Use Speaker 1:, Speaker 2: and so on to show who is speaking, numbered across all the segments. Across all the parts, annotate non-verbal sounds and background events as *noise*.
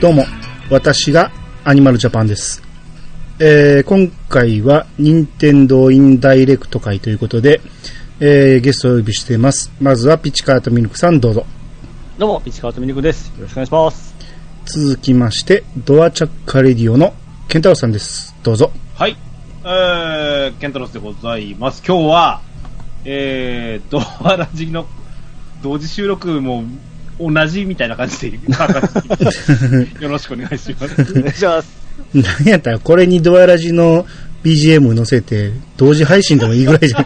Speaker 1: どうも、私がアニマルジャパンです。えー今回は任天堂インダイレクト会ということで、えーゲストをお呼びしています。まずはピチカートミルクさんどうぞ。
Speaker 2: どうも、ピチカートミニクです。よろしくお願いします。
Speaker 1: 続きまして、ドアチャッカレディオのケンタロウさんです。どうぞ。 *laughs*
Speaker 3: はい。えー、ケンタロスでございます。今日は、えー、ドアラジの同時収録も同じみたいな
Speaker 1: *laughs*
Speaker 3: 感じで、よろしくお願いします。
Speaker 2: お願いします。
Speaker 1: なんやったら、これにドアラジの BGM 載せて、同時配信でもいいぐらいじゃん。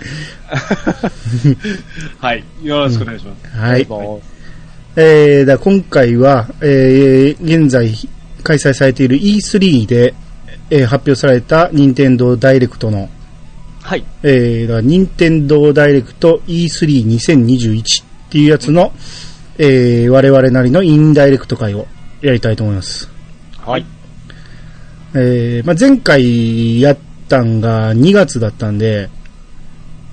Speaker 1: *laughs*
Speaker 3: はい。よろしくお願いします。
Speaker 1: はい。
Speaker 2: お
Speaker 1: えー、だから今回は、えー、現在開催されている E3 で、えー発表された任天堂ダイレクトの、
Speaker 2: はい。
Speaker 1: えー、だから任天堂ダイレクト E32021 っていうやつの、えー、我々なりのインダイレクト会をやりたいと思います。
Speaker 2: はい。
Speaker 1: えー、まあ、前回やったんが2月だったんで、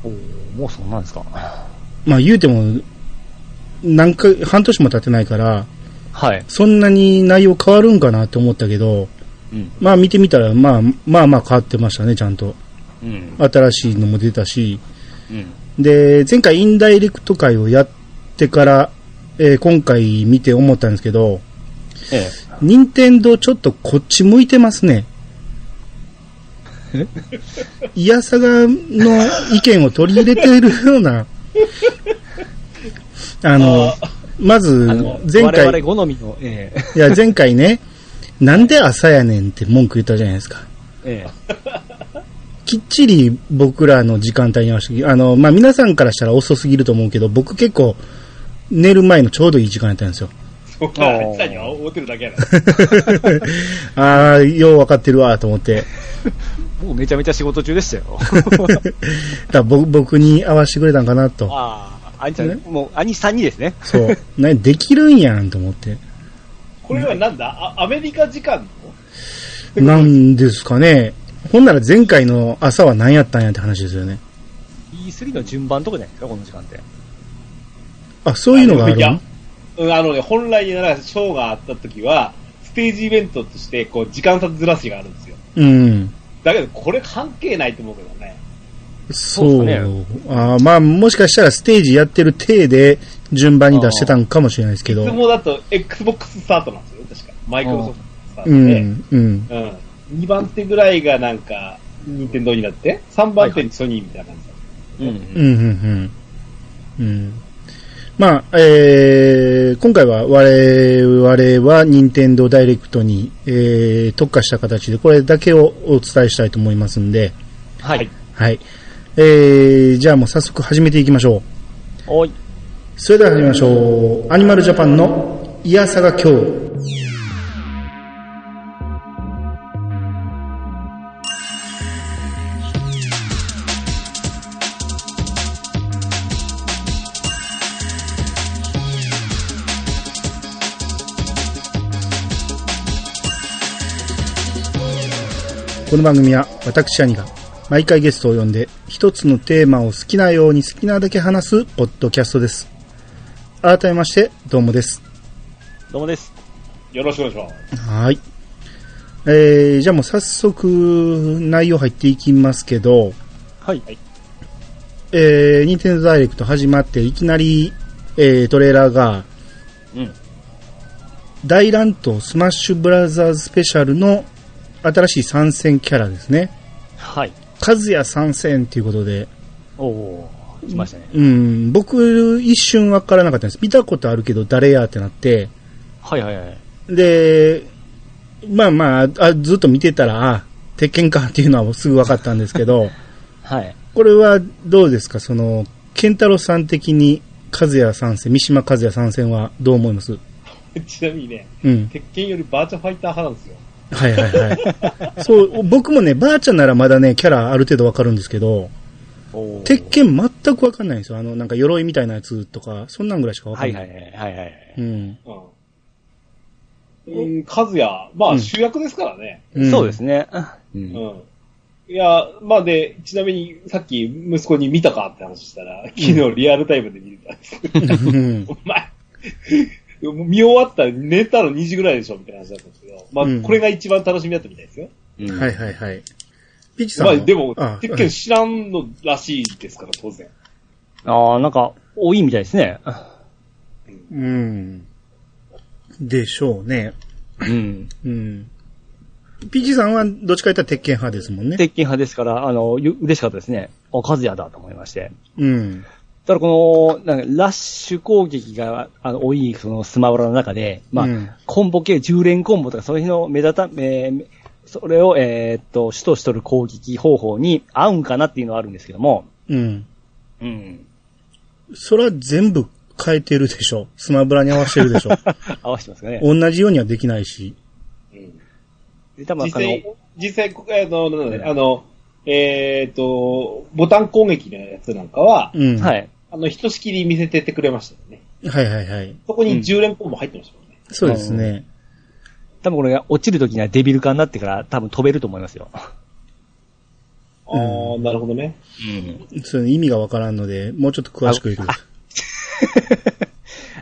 Speaker 2: おーもうそんなんですか。
Speaker 1: まあ、言うても、何回、半年も経ってないから、
Speaker 2: はい。
Speaker 1: そんなに内容変わるんかなって思ったけど、
Speaker 2: うん。
Speaker 1: まあ見てみたら、まあ、まあまあ変わってましたね、ちゃんと。
Speaker 2: うん。
Speaker 1: 新しいのも出たし。
Speaker 2: うん。
Speaker 1: で、前回インダイレクト会をやってから、えー今回見て思ったんですけど、
Speaker 2: え
Speaker 1: 任天堂ちょっとこっち向いてます
Speaker 2: *laughs*
Speaker 1: ね。いやさがの意見を取り入れているような。あの、まず
Speaker 2: え。あの、、
Speaker 1: 前回、
Speaker 2: 我々好みの、え
Speaker 1: いや、前回ね、なんで朝やねんって文句言ったじゃないですか。
Speaker 2: え。え
Speaker 1: きっちり僕らの時間帯に合わせて、あの、まあ、皆さんからしたら遅すぎると思うけど、僕結構、寝る前のちょうどいい時間やったんですよ。
Speaker 3: そうか、あいつらには会うてるだけやな。
Speaker 1: ああ、よう分かってるわ、と思って。
Speaker 2: え。もうめちゃめちゃ仕事中でし
Speaker 1: *laughs*
Speaker 2: たよ。
Speaker 1: だから僕僕に合わせてくれたんかな、と。
Speaker 2: ああ、兄さん、もう、兄さんにですね。
Speaker 1: そう。ね、できるんやん、と思って。
Speaker 3: これはなんだあアメリカ時間の
Speaker 1: なんですかね。ほんなら前回の朝は何やったんやって話ですよね。
Speaker 2: E3 の順番とかじゃないですか、この時間って。
Speaker 1: あ、そういうのがある
Speaker 3: いや
Speaker 1: の、
Speaker 3: うんあのね、本来ならショーがあった時は、ステージイベントとして、こう、時間差ずらしがあるんですよ。
Speaker 1: うん。
Speaker 3: だけど、これ関係ないと思うけどね。
Speaker 1: そうう。
Speaker 2: です
Speaker 1: あーまあ、もしかしたらステージやってる体で順番に出してたんかもしれないですけど。
Speaker 3: いつもだと Xbox スタートなんですよ、確か。マイクロソフトスタート
Speaker 1: う
Speaker 3: で。
Speaker 1: ん、うん。
Speaker 3: うん。2番手ぐらいがなんか、任天堂になって、3番手にソニーみたいな感じだった
Speaker 2: う
Speaker 1: う
Speaker 2: ん。
Speaker 1: んうんうん。うん。まあ、えー、今回は我々は任天堂ダイレクトに、えー、特化した形でこれだけをお伝えしたいと思いますんで、
Speaker 2: はい。
Speaker 1: はい。えー、じゃあもう早速始めていきましょう。
Speaker 2: おい。
Speaker 1: それでは始めましょう。アニマルジャパンのいやさが今日。この番組は私兄が毎回ゲストを呼んで一つのテーマを好きなように好きなだけ話すポッドキャストです。改めまして、どうもです。
Speaker 2: どうもです。
Speaker 3: よろしくお願いします。
Speaker 1: はい。えー、じゃあもう早速内容入っていきますけど、
Speaker 2: はい。
Speaker 1: えー、ニンテンドダイレクト始まっていきなり、えー、トレーラーが
Speaker 2: うん。
Speaker 1: 大乱闘スマッシュブラザーズスペシャルの新しい参戦キャラですね。
Speaker 2: はい。
Speaker 1: カズヤ参戦ということで、
Speaker 2: おおー来ましたね。
Speaker 1: うん、僕一瞬わからなかったんです。見たことあるけど誰やってなって、
Speaker 2: はいはいはい。
Speaker 1: で、まあまあ、あずっと見てたら、あ、鉄拳かっていうのはすぐ分かったんですけ
Speaker 3: *laughs*
Speaker 1: ど、
Speaker 2: はい。
Speaker 1: これはどうですかその、ケンタロウさん的に、和也参戦、三島和也参戦はどう思います
Speaker 3: *laughs* ちなみにね、
Speaker 1: うん。
Speaker 3: 鉄拳よりバーチャファイター派なんですよ。
Speaker 1: はいはい
Speaker 3: *laughs*
Speaker 1: はい。そう、僕もね、ばあちゃんならまだね、キャラある程度わかるんですけど、
Speaker 2: おお
Speaker 1: 鉄拳全くわかんないんですよ。あの、なんか鎧みたいなやつとか、そんなんぐらいしかわか
Speaker 2: は
Speaker 1: ん
Speaker 2: い
Speaker 1: ない。
Speaker 2: はいはいはいはい。
Speaker 1: うん。
Speaker 3: うん。うん、カズヤ、ま
Speaker 1: う
Speaker 3: あ
Speaker 1: ん
Speaker 3: 主役ですからね。
Speaker 1: うん
Speaker 2: そうですね。うん
Speaker 3: うん。いや、まあで、ちなみにさっき息子に見たかって話したら、昨日リアルタイムで見れたんですけど、
Speaker 1: うん
Speaker 3: お前、もう見終わったら寝たら2時ぐらいでしょみたいな話だったんですけど、まあ、
Speaker 1: うん
Speaker 3: これが一番楽しみだったみたいですよ。
Speaker 2: うん
Speaker 3: *laughs*
Speaker 1: はいはいはい。ピッチさん
Speaker 3: ま
Speaker 1: は。
Speaker 3: あ、でも
Speaker 1: あ、
Speaker 3: 鉄拳知らんのらしいですから、当然。
Speaker 2: ああ、なんか、多いみたいですね。
Speaker 1: うん。でしょうね。
Speaker 2: うん。
Speaker 1: うん。ピッチさんはどっちか言ったら鉄拳派ですもんね。
Speaker 2: 鉄筋派ですから、あの、ゆ嬉しかったですね。あ、カズヤだと思いまして。
Speaker 1: うん。
Speaker 2: ただこの、なんか、ラッシュ攻撃が、あの、多い、その、スマブラの中で、まあ、
Speaker 1: うん
Speaker 2: コンボ系、10連コンボとか、そういうのを目立た、えーそれを、えーっと、主としとる攻撃方法に合うんかなっていうのはあるんですけども、
Speaker 1: うん。
Speaker 2: うん。 *laughs*
Speaker 1: それは全部変えてるでしょ。スマブラに合わせてるで
Speaker 3: *laughs*
Speaker 1: しょ。
Speaker 2: 合わせてますかね。
Speaker 1: 同じようにはできないし。
Speaker 2: で、多分、
Speaker 3: 実
Speaker 2: あの、
Speaker 3: 際、実際、こあの、なんだねあの、えっ、と、ボタン攻撃のやつなんかは、
Speaker 1: うん。。
Speaker 2: はいい。
Speaker 3: あの、ひとしきり見せてってくれましたよね。
Speaker 1: はいはいはい。
Speaker 3: そこに10連コンボ入ってましたもんね。
Speaker 1: そうですね。
Speaker 2: 多分これが落ちる時にはデビル化になってから多分飛べると思いますよ。
Speaker 1: うん
Speaker 3: ああ、なるほどね。
Speaker 2: うん。
Speaker 1: その意味がわからんので、もうちょっと詳しく言ってくださ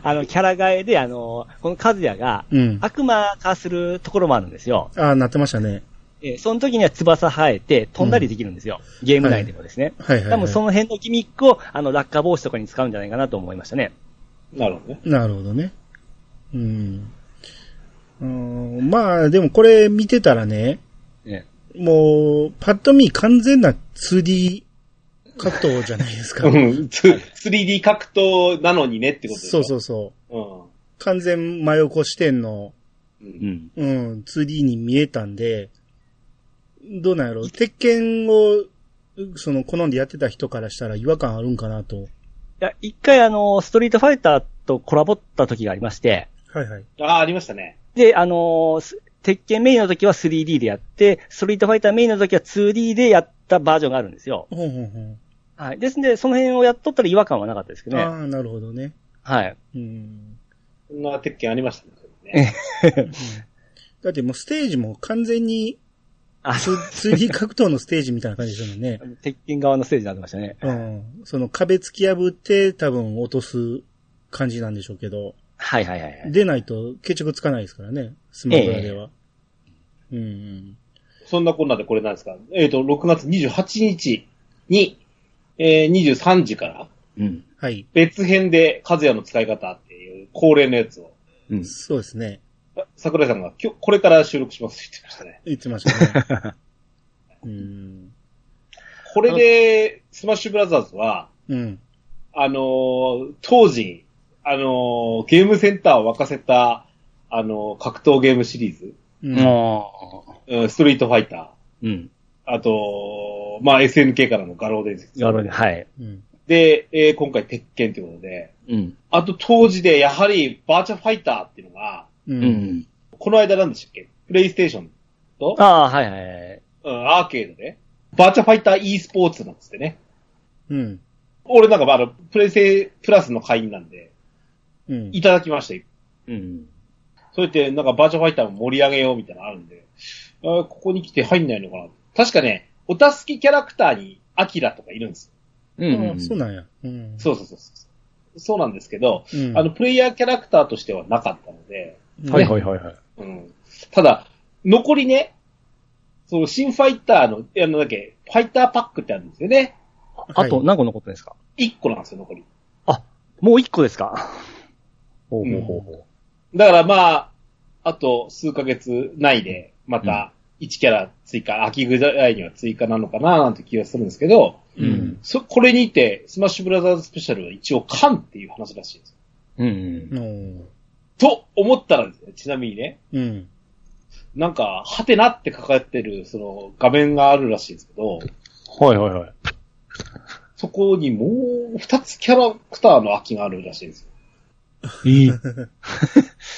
Speaker 2: *laughs* あの、キャラ替えで、あの、このカズヤが
Speaker 1: い。うん。
Speaker 2: 悪魔化するところもあるんですよ。
Speaker 1: ああ、なってましたね。
Speaker 2: えーその時には翼生えて飛んだりできるんですよ。ゲーム内でもですね。
Speaker 1: はいはい、はい。
Speaker 2: 多分その辺のギミックを、あの、落下防止とかに使うんじゃないかなと思いましたね。
Speaker 3: なるほどね。
Speaker 1: なるほどね。うん。うん、まあ、でもこれ見てたらね、
Speaker 2: ね
Speaker 1: もう、パッと見完全な 2D 格闘じゃないですか。
Speaker 3: うん、つ 3D 格闘なのにねってことでし
Speaker 1: そ
Speaker 3: ょ
Speaker 1: うそうそう。
Speaker 3: うん。
Speaker 1: 完全真横視点の、
Speaker 3: う
Speaker 2: うんん。
Speaker 1: うん、2D に見えたんで、どうなんやろ鉄拳を、その、好んでやってた人からしたら違和感あるんかなと。
Speaker 2: いや、一回あの、ストリートファイターとコラボった時がありまして、
Speaker 1: はいはい。
Speaker 3: ああ、ありましたね。
Speaker 2: で、あのーす鉄拳メインの時は 3D でやって、ストリートファイターメインの時は 2D でやったバージョンがあるんですよ。
Speaker 1: ほんほんほん。
Speaker 2: はい。ですので、その辺をやっとったら違和感はなかったですけどね。
Speaker 1: ああ、なるほどね。
Speaker 2: はい。
Speaker 1: うん。
Speaker 3: そんな鉄拳ありましたね。
Speaker 1: だってもうステージも完全に
Speaker 2: あ、
Speaker 1: ツ
Speaker 2: *laughs*
Speaker 1: 2D 格闘のステージみたいな感じですよね。
Speaker 2: 鉄拳側のステージになってましたね。
Speaker 1: うん。その壁突き破って多分落とす感じなんでしょうけど、
Speaker 2: はいはいはいはい。
Speaker 1: 出ないと決着つかないですからね、スマブラでは。うん
Speaker 3: そんなこんなでこれなんですかえっ、と、6月28日に、えー、23時から、
Speaker 2: うん。
Speaker 1: うん。はい。
Speaker 3: 別編で、和也の使い方っていう恒例のやつを、
Speaker 2: うん。
Speaker 1: そうですね。
Speaker 3: あ桜井さんが今日、これから収録しますって言ってましたね。
Speaker 1: 言ってましたね。うん。
Speaker 3: これで、スマッシュブラザーズは、
Speaker 1: うん。
Speaker 3: あのー当時、あのーゲームセンターを沸かせた、あのー格闘ゲームシリーズ、
Speaker 1: うん。
Speaker 2: も
Speaker 3: うんストリートファイタ
Speaker 2: う、うん。
Speaker 3: ー、あと、まあ、SNK からの画廊伝説。
Speaker 2: なるほど。はい。
Speaker 1: うん。
Speaker 3: で、えー今回鉄拳ということで、
Speaker 2: うん。
Speaker 3: あと当時でやはりバーチャファイターっていうのが、
Speaker 1: う。
Speaker 2: うんん。
Speaker 3: この間なんでしたっけプレイステーションと、
Speaker 2: ああ、はいはいはい。
Speaker 3: うん、アーケードで、バーチャファイター e スポーツなんつってね。
Speaker 1: うん。
Speaker 3: 俺なんかまああの、プレイセプラスの会員なんで、
Speaker 1: うん
Speaker 3: いただきましたよ。
Speaker 2: うん。
Speaker 3: そうやってなんかバーチャファイターも盛り上げようみたいなのあるんで、あーここに来て入んないのかな。確かね、お助けキャラクターにアキラとかいるんです
Speaker 2: う
Speaker 1: あそうなんや。うん。
Speaker 3: よ。そうそうそうそう。そうなんですけど、
Speaker 1: うん。
Speaker 3: あの、プレイヤーキャラクターとしてはなかったので、
Speaker 1: うん、
Speaker 2: はいはいはいはい。
Speaker 3: うん。ただ、残りね、その新ファイターの、あのだっけ、ファイターパックってあるんですよね。
Speaker 2: あと何個残ってるんですか
Speaker 3: 1個なんですよ、残り。
Speaker 2: もう1個ですかほうほうほうほ
Speaker 3: だからまあ、あと数ヶ月内で、また1キャラ追加、秋ぐらいには追加なのかななんて気がするんですけど、
Speaker 2: う。うん。
Speaker 3: そ、これにて、スマッシュブラザーズスペシャルは一応缶っていう話らしいんですよ。
Speaker 2: うん。
Speaker 1: の
Speaker 3: と思ったらですね、ちなみにね、
Speaker 1: うん。
Speaker 3: なんか、ハテナって書かれてる、その、画面があるらしいんですけど、
Speaker 2: はいはいはい。
Speaker 3: そこにもう2つキャラクターの空きがあるらしいんですよ。
Speaker 2: いい。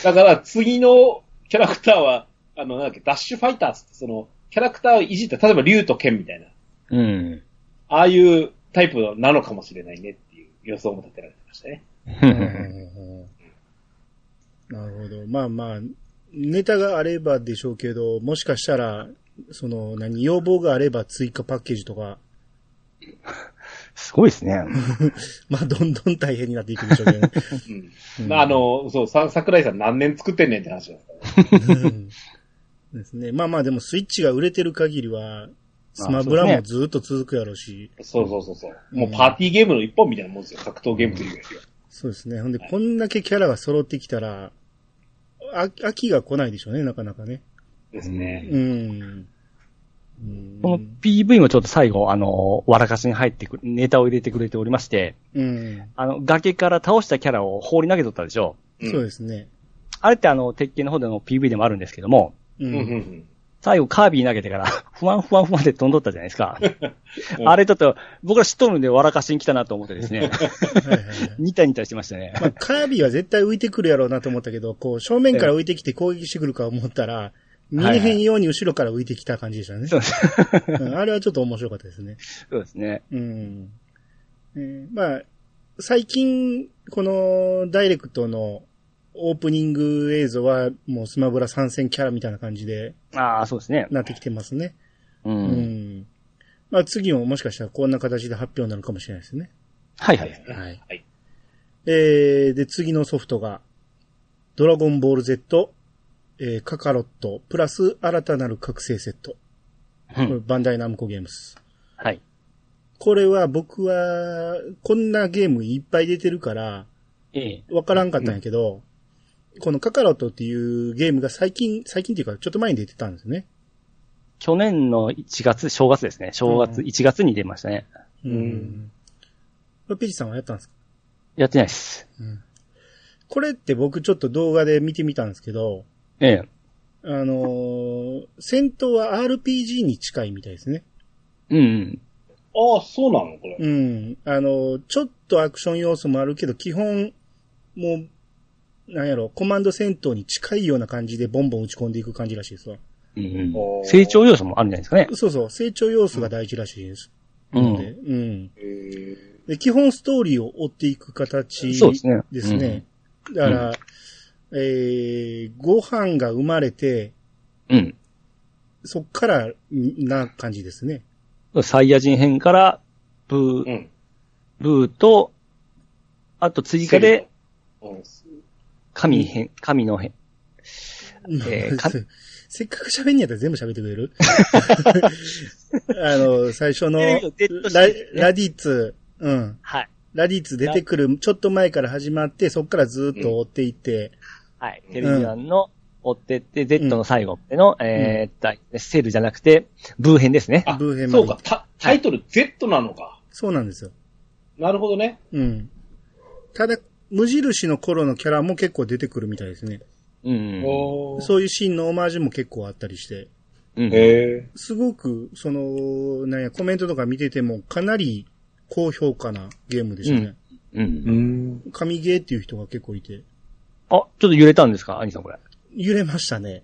Speaker 3: だから次のキャラクターは、あの、なんだっけ、ダッシュファイターズって、その、キャラクターをいじった、例えば竜と剣みたいな、
Speaker 2: うん。
Speaker 3: ああいうタイプなのかもしれないねっていう予想も立てられてましたね。
Speaker 1: なるほど。まあまあ、ネタがあればでしょうけど、もしかしたら、その、何、要望があれば追加パッケージとか、
Speaker 2: すごいですね。
Speaker 1: まあ、どんどん大変になっていくんでしょうけどね。
Speaker 4: うんまああの、そう、さ桜井さん何年作ってんねんって話なんです
Speaker 1: うんですね。まあまあでもスイッチが売れてる限りは、スマブラもずっと続くやろうし、
Speaker 4: そうそうそうそう。もうパーティーゲームの一本みたいなもんですよ。格闘ゲームというよりは。
Speaker 1: そうですね。ほんで、こんだけキャラが揃ってきたら、あ秋が来ないでしょうね、なかなかね。
Speaker 4: ですね。
Speaker 1: うん。うん
Speaker 2: この PV もちょっと最後、あの、笑かしに入ってくる、ネタを入れてくれておりまして、
Speaker 1: うん。
Speaker 2: あの、崖から倒したキャラを放り投げとったでしょ。
Speaker 4: うん
Speaker 1: そうですね。
Speaker 2: あれってあの、鉄拳の方での PV でもあるんですけども、
Speaker 1: う。
Speaker 4: うんうんうんん。
Speaker 2: 最後カービィ投げてから、 *laughs* ふわんふわんふわんで飛んどったじゃないですか
Speaker 4: うん
Speaker 2: あれちょっと、僕ら知っとるんで笑かしに来たなと思ってですね、
Speaker 1: はい
Speaker 2: *laughs*
Speaker 1: はいはい
Speaker 2: ニタニタしてましたね。
Speaker 1: まあ、カービィは絶対浮いてくるやろうなと思ったけど、こう、正面から浮いてきて攻撃してくるか思ったら、見れへんように後ろから浮いてきた感じでしたね。
Speaker 2: そうです
Speaker 1: うんあれはちょっと面白かったですね。
Speaker 2: そうですね。
Speaker 1: うん。えーまあ、最近、このダイレクトのオープニング映像はもうスマブラ参戦キャラみたいな感じで
Speaker 2: ああ、そうですね。
Speaker 1: なってきてますね。
Speaker 2: う
Speaker 1: うん。
Speaker 2: ん。
Speaker 1: まあ次ももしかしたらこんな形で発表になるかもしれないですね。
Speaker 2: はいはい。
Speaker 1: はい。
Speaker 4: はい
Speaker 1: えー、で、次のソフトが、ドラゴンボール Z、えー、カカロット、プラス新たなる覚醒セット。
Speaker 2: うん
Speaker 1: これバンダイナムコゲームス。
Speaker 2: はい。
Speaker 1: これは僕は、こんなゲームいっぱい出てるから、
Speaker 2: ええ。
Speaker 1: わからんかったんやけど、このカカロットっていうゲームが最近、最近っていうかちょっと前に出てたんですね。
Speaker 2: 去年の1月、正月ですね。正月、
Speaker 1: うん
Speaker 2: 1月に出ましたね。
Speaker 1: う
Speaker 4: うん。
Speaker 1: これペジさんはやったんですか
Speaker 2: やってないです。
Speaker 1: これって僕ちょっと動画で見てみたんですけど、
Speaker 2: ええ。
Speaker 1: あのー戦闘は RPG に近いみたいですね。
Speaker 2: うんうん。
Speaker 4: ああ、そうなのこれ。
Speaker 1: うん。あのーちょっとアクション要素もあるけど、基本、もう、なんやろ、コマンド戦闘に近いような感じでボンボン打ち込んでいく感じらしいですわ。
Speaker 2: うんう
Speaker 4: お
Speaker 2: ん、
Speaker 4: ー
Speaker 2: 成長要素もあるんじゃないですかね。
Speaker 1: そうそう、成長要素が大事らしいです。
Speaker 2: う
Speaker 1: で
Speaker 2: ん。
Speaker 1: うん。
Speaker 4: へー
Speaker 1: で基本ストーリーを追っていく形ですね。
Speaker 2: そうですね
Speaker 1: だから、えー、ご飯が生まれて、
Speaker 2: うん。
Speaker 1: そっからんな感じですね。
Speaker 2: サイヤ人編から、ブ
Speaker 4: う
Speaker 2: ー、
Speaker 4: ん。
Speaker 2: ブーと、あと追加で、
Speaker 4: うん。
Speaker 2: 神編、神の編。え
Speaker 1: *laughs*
Speaker 2: ーか
Speaker 1: せっかく喋んねやったら全部喋ってくれ
Speaker 2: *laughs*
Speaker 1: るあの、最初の
Speaker 2: テレビをデッドしてるね
Speaker 1: ララディッツ、うん。
Speaker 2: はい。
Speaker 1: ラディッツ出てくるちょっと前から始まって、そっからずっと追っていって、
Speaker 2: はい。テレビマンの、追ってって、Z の最後での、えーっと、セルじゃなくて、ブー編ですね。
Speaker 4: あ
Speaker 1: ブーヘ、ンま
Speaker 4: そ
Speaker 1: で
Speaker 4: うか。タタイトル Z なのか。
Speaker 1: そうなんですよ。
Speaker 4: なるほどね。
Speaker 1: うん。ただ、無印の頃のキャラも結構出てくるみたいですね。
Speaker 2: うん。
Speaker 4: おー
Speaker 1: そういうシーンのオマージュも結構あったりして、
Speaker 2: う
Speaker 4: へ
Speaker 2: ん
Speaker 4: え。
Speaker 1: すごく、その、なんや、コメントとか見てても、かなり高評価なゲームでしたね。
Speaker 2: うん。
Speaker 4: ん。
Speaker 1: 神ゲーっていう人が結構いて、
Speaker 2: あ、ちょっと揺れたんですか兄さんこれ。
Speaker 1: 揺れましたね。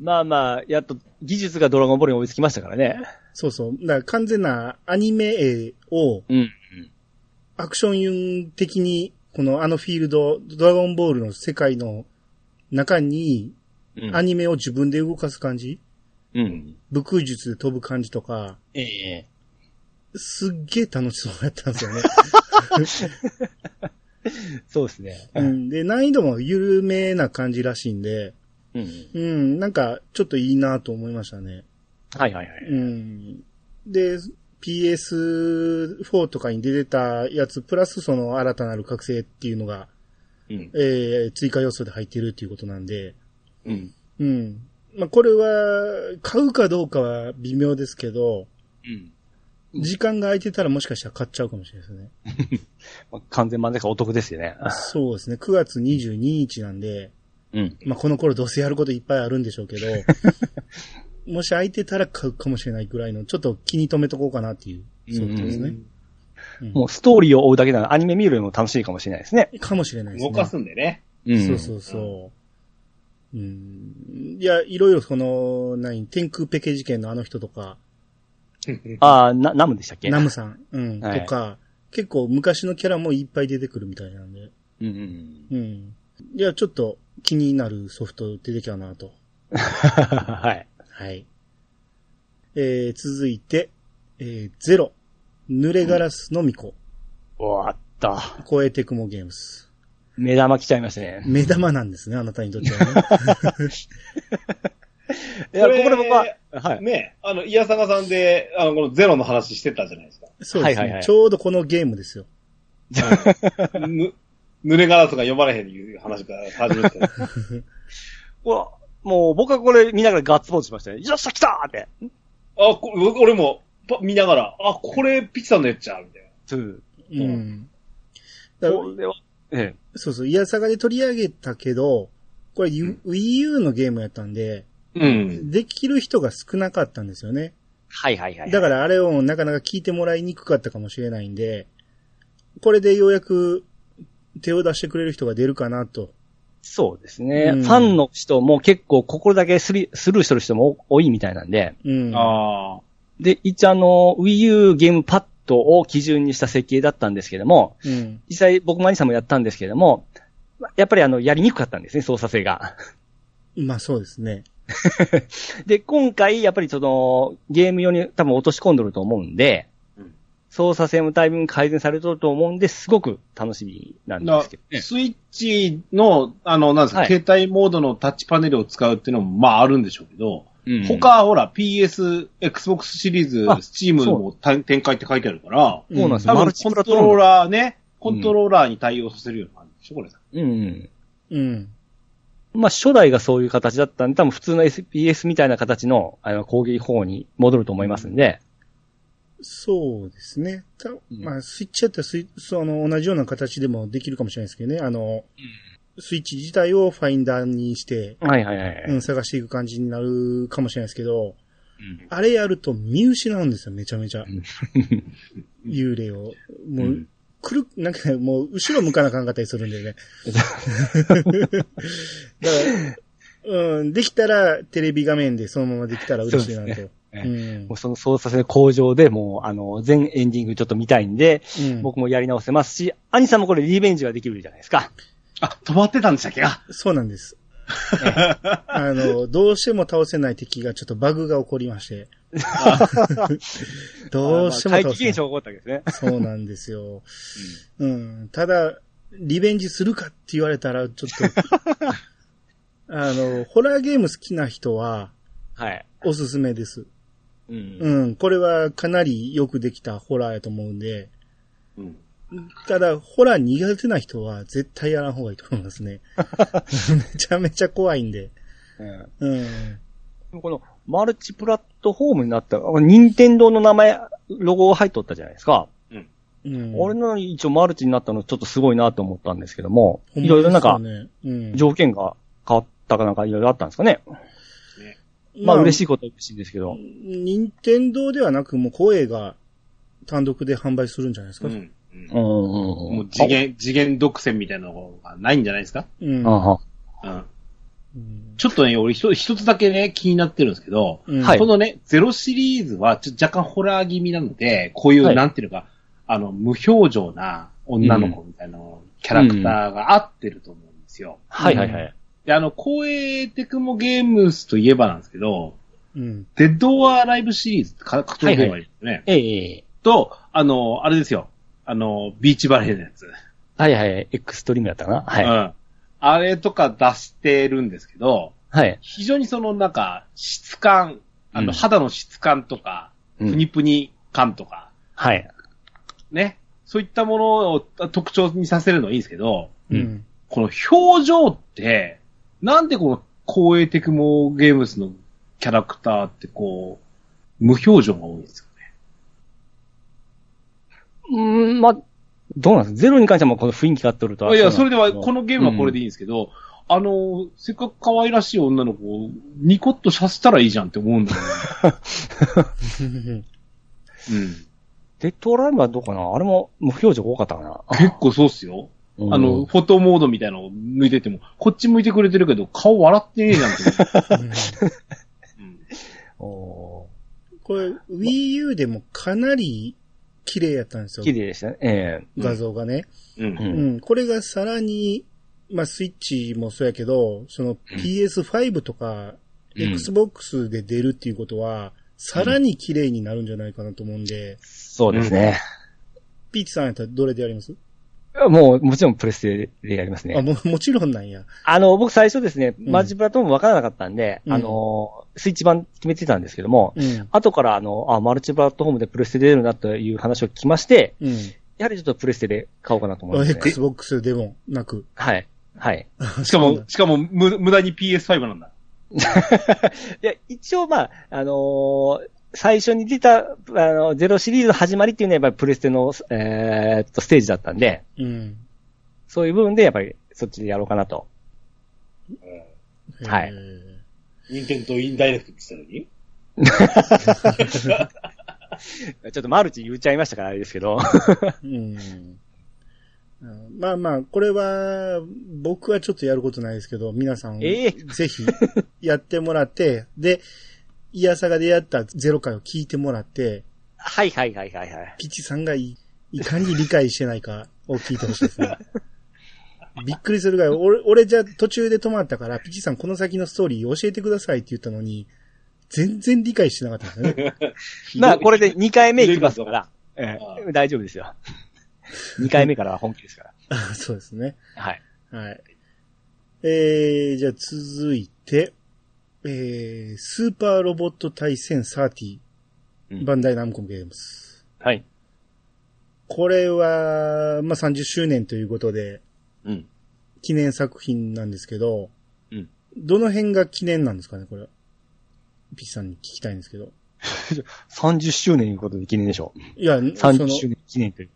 Speaker 2: まあまあ、やっと技術がドラゴンボールに追いつきましたからね。
Speaker 1: そうそう。だから完全なアニメ絵を
Speaker 2: うん。
Speaker 1: アクション的に、このあのフィールド、ドラゴンボールの世界の中に、
Speaker 2: うん
Speaker 1: アニメを自分で動かす感じ、
Speaker 2: うん。
Speaker 1: 武空術で飛ぶ感じとか、
Speaker 2: ええ。
Speaker 1: すっげえ楽しそうやったんですよ
Speaker 2: *laughs*
Speaker 1: ね。
Speaker 2: そうですね。
Speaker 1: うん、で、難易度も緩めな感じらしいんで、
Speaker 2: うん。
Speaker 1: うん、なんか、ちょっといいなと思いましたね。
Speaker 2: はいはいはい。
Speaker 1: うん。で、PS4 とかに出てたやつ、プラスその新たなる覚醒っていうのが、
Speaker 2: うん。
Speaker 1: えー追加要素で入ってるっていうことなんで、
Speaker 2: うん。
Speaker 1: うん。まあ、これは、買うかどうかは微妙ですけど、
Speaker 2: うん。
Speaker 1: 時間が空いてたらもしかしたら買っちゃうかもしれないですね。
Speaker 2: まあ完全満足がお得ですよね。
Speaker 1: そうですね。9月22日なんで、
Speaker 2: うん。
Speaker 1: まあ、この頃どうせやることいっぱいあるんでしょうけど、もし空いてたら買うかもしれないぐらいの、ちょっと気に留めとこうかなっていう、そういうことですね。うん
Speaker 2: もうストーリーを追うだけならアニメ見るよりも楽しいかもしれないですね。
Speaker 1: かもしれないですね。
Speaker 4: 動かすんでね。
Speaker 2: う
Speaker 1: そうそうそう。うん。いや、いろいろその、何、天空ペケ事件のあの人とか、
Speaker 2: ああ、な、ナムでしたっけ
Speaker 1: ナムさん、うん、
Speaker 2: はい
Speaker 1: とか、結構昔のキャラもいっぱい出てくるみたいなんで、
Speaker 2: うんうん。
Speaker 1: うん。いや、ちょっと気になるソフト出てきたなと。
Speaker 2: *laughs* はい。
Speaker 1: はい。えー、続いて、えー、ゼロ、濡れガラスのみこ、
Speaker 2: わった。
Speaker 1: 超えてくもゲームス。
Speaker 2: 目玉来ちゃいましたね。
Speaker 1: 目玉なんですね、あなたにとって
Speaker 2: *laughs*
Speaker 1: はね。
Speaker 2: いや、
Speaker 4: これ
Speaker 2: ここで僕は、はい。
Speaker 4: ね、あの、イヤサガさんで、あの、このゼロの話してたじゃないですか。
Speaker 1: そうですね、
Speaker 2: はいはいはい
Speaker 1: ちょうどこのゲームですよ。
Speaker 4: ぬ、濡れガラスが呼ばれへんいう話から始めて。
Speaker 3: *laughs*
Speaker 2: うわもう僕はこれ見ながらガッツポーズしましたね。よっしゃ、来たーって。
Speaker 4: あ、こ俺も、パ見ながら、あ、これ、ピチさんのやっちゃうみたいな。
Speaker 2: うん。
Speaker 1: うん。だから
Speaker 2: これは、え
Speaker 1: そうそう、イヤサガで取り上げたけど、これ、U- Wii U のゲームやったんで、
Speaker 4: うん。
Speaker 1: できる人が少なかったんですよね。
Speaker 2: はいはいはい。
Speaker 1: だからあれをなかなか聞いてもらいにくかったかもしれないんで、これでようやく手を出してくれる人が出るかなと。
Speaker 2: そうですね、
Speaker 1: うん
Speaker 2: ファンの人も結構心だけスリスルーしてる人も多いみたいなんで、
Speaker 1: うん。
Speaker 3: ああ。
Speaker 2: で、一応あの、Wii U ゲームパッドを基準にした設計だったんですけども、
Speaker 1: うん。
Speaker 2: 実際僕も兄さんもやったんですけども、まやっぱりあの、やりにくかったんですね、操作性が。
Speaker 1: まあそうですね。
Speaker 2: で、今回、やっぱりその、ゲーム用に多分落とし込んでると思うんで、
Speaker 4: うん
Speaker 2: 操作性もだいぶ改善されてると思うんで、すごく楽しみなん
Speaker 3: だ
Speaker 2: です
Speaker 3: か
Speaker 2: けど
Speaker 3: ら
Speaker 2: ね。
Speaker 3: スイッチの、あの、なんですか、
Speaker 2: はい
Speaker 3: 携帯モードのタッチパネルを使うっていうのも、まああるんでしょうけど、
Speaker 2: うん
Speaker 3: 他、ほら、PS、Xbox シリーズ、
Speaker 2: あ
Speaker 3: Steam もた展開って書いてあるから、
Speaker 2: そうなんですよ。
Speaker 3: 多
Speaker 2: マ
Speaker 3: 分
Speaker 2: ルチ
Speaker 3: コ
Speaker 2: プ
Speaker 3: ン
Speaker 2: ラッ
Speaker 3: ト
Speaker 2: トフォ
Speaker 3: ロ
Speaker 2: ー
Speaker 3: ー
Speaker 2: ム。
Speaker 3: ラーね、コントローラーに対応させるような感じでしょ、これ。
Speaker 2: うんうん。
Speaker 1: うん。
Speaker 2: まあ、初代がそういう形だったんで、多分普通の SPS みたいな形の、あの、攻撃方法に戻ると思いますんで、
Speaker 1: そうですね。た
Speaker 2: ん
Speaker 1: まあスイッチやったらスイその同じような形でもできるかもしれないですけどね。あの、スイッチ自体をファインダーにして、
Speaker 2: はいはいはい。
Speaker 1: うん、探していく感じになるかもしれないですけど、
Speaker 2: うん
Speaker 1: あれやると見失うんですよ、めちゃめちゃ
Speaker 2: ん。
Speaker 1: *laughs* 幽霊を。もう、
Speaker 2: うん
Speaker 1: くる、なんかもう、後ろ向かなあかんかったりするんだよ
Speaker 2: *laughs*
Speaker 1: ね。だから、うん、できたら、テレビ画面でそのままできたら嬉しいなと。う
Speaker 2: ね
Speaker 1: ん
Speaker 2: もうその操作性向上でもう、あの、全エンディングちょっと見たいんで、
Speaker 1: うん
Speaker 2: 僕もやり直せますし、アニさんもこれリベンジができるじゃないですか。
Speaker 3: あ、止まってたんでしたっけあ、
Speaker 1: そうなん
Speaker 2: *laughs*
Speaker 1: です。あの、どうしても倒せない敵がちょっとバグが起こりま
Speaker 2: *laughs*
Speaker 1: して。どうしても
Speaker 2: まあ怪
Speaker 1: 倒せ
Speaker 2: 奇
Speaker 1: ない
Speaker 2: 現。象が起こったわけですね。
Speaker 1: そうなんです
Speaker 2: *laughs*
Speaker 1: よ。うん。ただ、リベンジするかって言われたら、ちょっと、
Speaker 2: *laughs*
Speaker 1: あの、ホラーゲーム好きな人は、
Speaker 2: はい。
Speaker 1: おすすめです。
Speaker 2: うん
Speaker 1: うん。これはかなりよくできたホラーやと思うんで、
Speaker 4: うん。
Speaker 1: ただ、ホラー苦手な人は絶対やらん方がいいと思います
Speaker 2: *laughs*
Speaker 1: ね。めちゃめちゃ怖いんで。
Speaker 2: うん
Speaker 1: うん。
Speaker 2: このマルチプラットフォームになった、任天堂の名前、ロゴが入っとったじゃないですか。
Speaker 1: うん。
Speaker 2: 俺の一応マルチになったのちょっとすごいなと思ったんですけども、
Speaker 1: ほまですよね、
Speaker 2: いろいろなんか
Speaker 1: うん、
Speaker 2: 条件が変わったかなんかいろいろあったんですかね。まあ嬉しいことは嬉しいんですけど。
Speaker 1: 任天堂ではなく、もう声が単独で販売するんじゃないです
Speaker 4: う
Speaker 1: か。
Speaker 4: ん。
Speaker 2: うんうんうん
Speaker 3: もう次元、次元独占みたいなのがないんじゃないですか
Speaker 1: うん
Speaker 2: あは
Speaker 3: うん。
Speaker 1: うん
Speaker 3: ちょっとね、俺一つ一つだけね、気になってるんですけど、
Speaker 1: うん
Speaker 2: はい
Speaker 3: このね、ゼロシリーズはちょ若干ホラー気味なので、こういう、
Speaker 2: はい
Speaker 3: なんていうのか、あの、無表情な女の子みたいなキャラクターが合ってると思うんですよ。
Speaker 2: はいはいはい。
Speaker 3: で、あの、光栄テクモゲームスといえばなんですけど、
Speaker 1: うん。
Speaker 3: デッド・オア・ライブシリーズってか格闘ゲームありますよね、
Speaker 2: ええ。
Speaker 3: と、あの、あれですよ。あの、ビーチバレーのやつ。
Speaker 2: はいはい。エクストリームだったかなはい。
Speaker 3: うん。あれとか出してるんですけど、
Speaker 2: はい。
Speaker 3: 非常にそのなんか、質感、あ
Speaker 2: うん
Speaker 3: の、肌の質感とか、
Speaker 2: うん
Speaker 3: ぷにぷに感とか、
Speaker 2: はい。
Speaker 3: ね。そういったものをあ特徴にさせるのはいいんですけど、
Speaker 2: うん
Speaker 1: うん。
Speaker 3: この表情って、なんでこの光栄テクモゲームスのキャラクターってこう、無表情が多いんですよ
Speaker 2: う
Speaker 3: ね。
Speaker 2: ーん、まあ、どうなんですかゼロに関してはもうこの雰囲気が合ってると
Speaker 3: あいや、それでは、こ
Speaker 2: の、
Speaker 3: のゲームはこれでいいんですけど、あの、せっかく可愛らしい女の子をニコッとさせたらいいじゃんって思うんだよね。 *laughs* うん。
Speaker 2: デッドオアライブはどうかなあれも無表情が多かったかな
Speaker 3: 結構そうっすよ。
Speaker 2: うん
Speaker 3: *laughs* あの、フォトモードみたいなのを抜いてても、こっち向いてくれてるけど、顔笑ってねえじゃんって *laughs* 思う。
Speaker 2: お
Speaker 1: *laughs* これ、Wii U でもかなり綺麗やったんです
Speaker 2: ー
Speaker 1: よ
Speaker 2: 綺。麗でしたね。え
Speaker 1: 画像がね。
Speaker 4: うん。うん
Speaker 2: え。う。
Speaker 1: うんん。これがさらに、まあ、スイッチもそうやけど、その PS5 とか、
Speaker 2: うん
Speaker 1: Xbox で出るっていうことは、さらに綺麗になるんじゃないかなと思うんで、
Speaker 2: そうですね。
Speaker 1: ピーチさんやったらどれでやります
Speaker 2: もう、もちろんプレステでやりますね。
Speaker 1: あ、も、もちろんなんや。
Speaker 2: あの、僕最初ですね、
Speaker 1: うん
Speaker 2: マジプラとも分からなかったんで、
Speaker 1: うん
Speaker 2: あの、スイッチ版決めてたんですけども、
Speaker 1: うん。
Speaker 2: 後からあの、あ、マルチプラットフォームでプレステで出るなという話を聞きまして、
Speaker 1: うん。
Speaker 2: やはりちょっとプレステで買おうかなと思います、ね。
Speaker 1: Xbox でもなく。
Speaker 2: *laughs* はい。はい。 *laughs*
Speaker 3: し
Speaker 1: *laughs*
Speaker 3: かも、しかも、む、無駄に PS5 なんだ。
Speaker 2: いや、一応まあ、あのー最初に出た、あの、ゼロシリーズの始まりっていうのはやっぱりプレステの、えーっと、ステージだったんで、
Speaker 1: うん。
Speaker 2: そういう部分でやっぱりそっちでやろうかなと。はい
Speaker 1: え
Speaker 4: 任天堂インダイレクトって言ったのに
Speaker 2: ちょっとマルチ言っちゃいましたからあれですけど。
Speaker 1: ー。うん。まあまあ、これは、僕はちょっとやることないですけど、皆さん、
Speaker 2: ええ
Speaker 1: ぜひ、やってもらって、で、イヤサガでやったゼロ回を聞いてもらって、
Speaker 2: *laughs* はいはいはいはいはい。
Speaker 1: ピッチさんがいいかに理解してないかを聞いてほしいです
Speaker 2: *laughs*
Speaker 1: ね。びっくりするぐらい、俺、俺じゃ途中で止まったから、ピッチさんこの先のストーリー教えてくださいって言ったのに、全然理解してなかったんですよ
Speaker 2: *laughs*
Speaker 1: ね。
Speaker 2: まあこれで2回目いきますから、
Speaker 4: あ
Speaker 2: ええ大丈夫ですよ。2回目からは本気ですから。
Speaker 1: あそうですね。
Speaker 2: はい。
Speaker 1: はい。えー、じゃあ続いて、えー、スーパーロボット対戦30、
Speaker 2: うん
Speaker 1: バンダイナムコゲームズ。
Speaker 2: はい。
Speaker 1: これは、まあ、30周年ということで、
Speaker 2: うん。
Speaker 1: 記念作品なんですけど、
Speaker 2: うん
Speaker 1: どの辺が記念なんですかね、これ。ピッチさんに聞きたいんですけど。
Speaker 2: 30周年いうことで記念でしょう。
Speaker 1: いや、そ
Speaker 2: 30
Speaker 1: の、
Speaker 2: 周年記念という。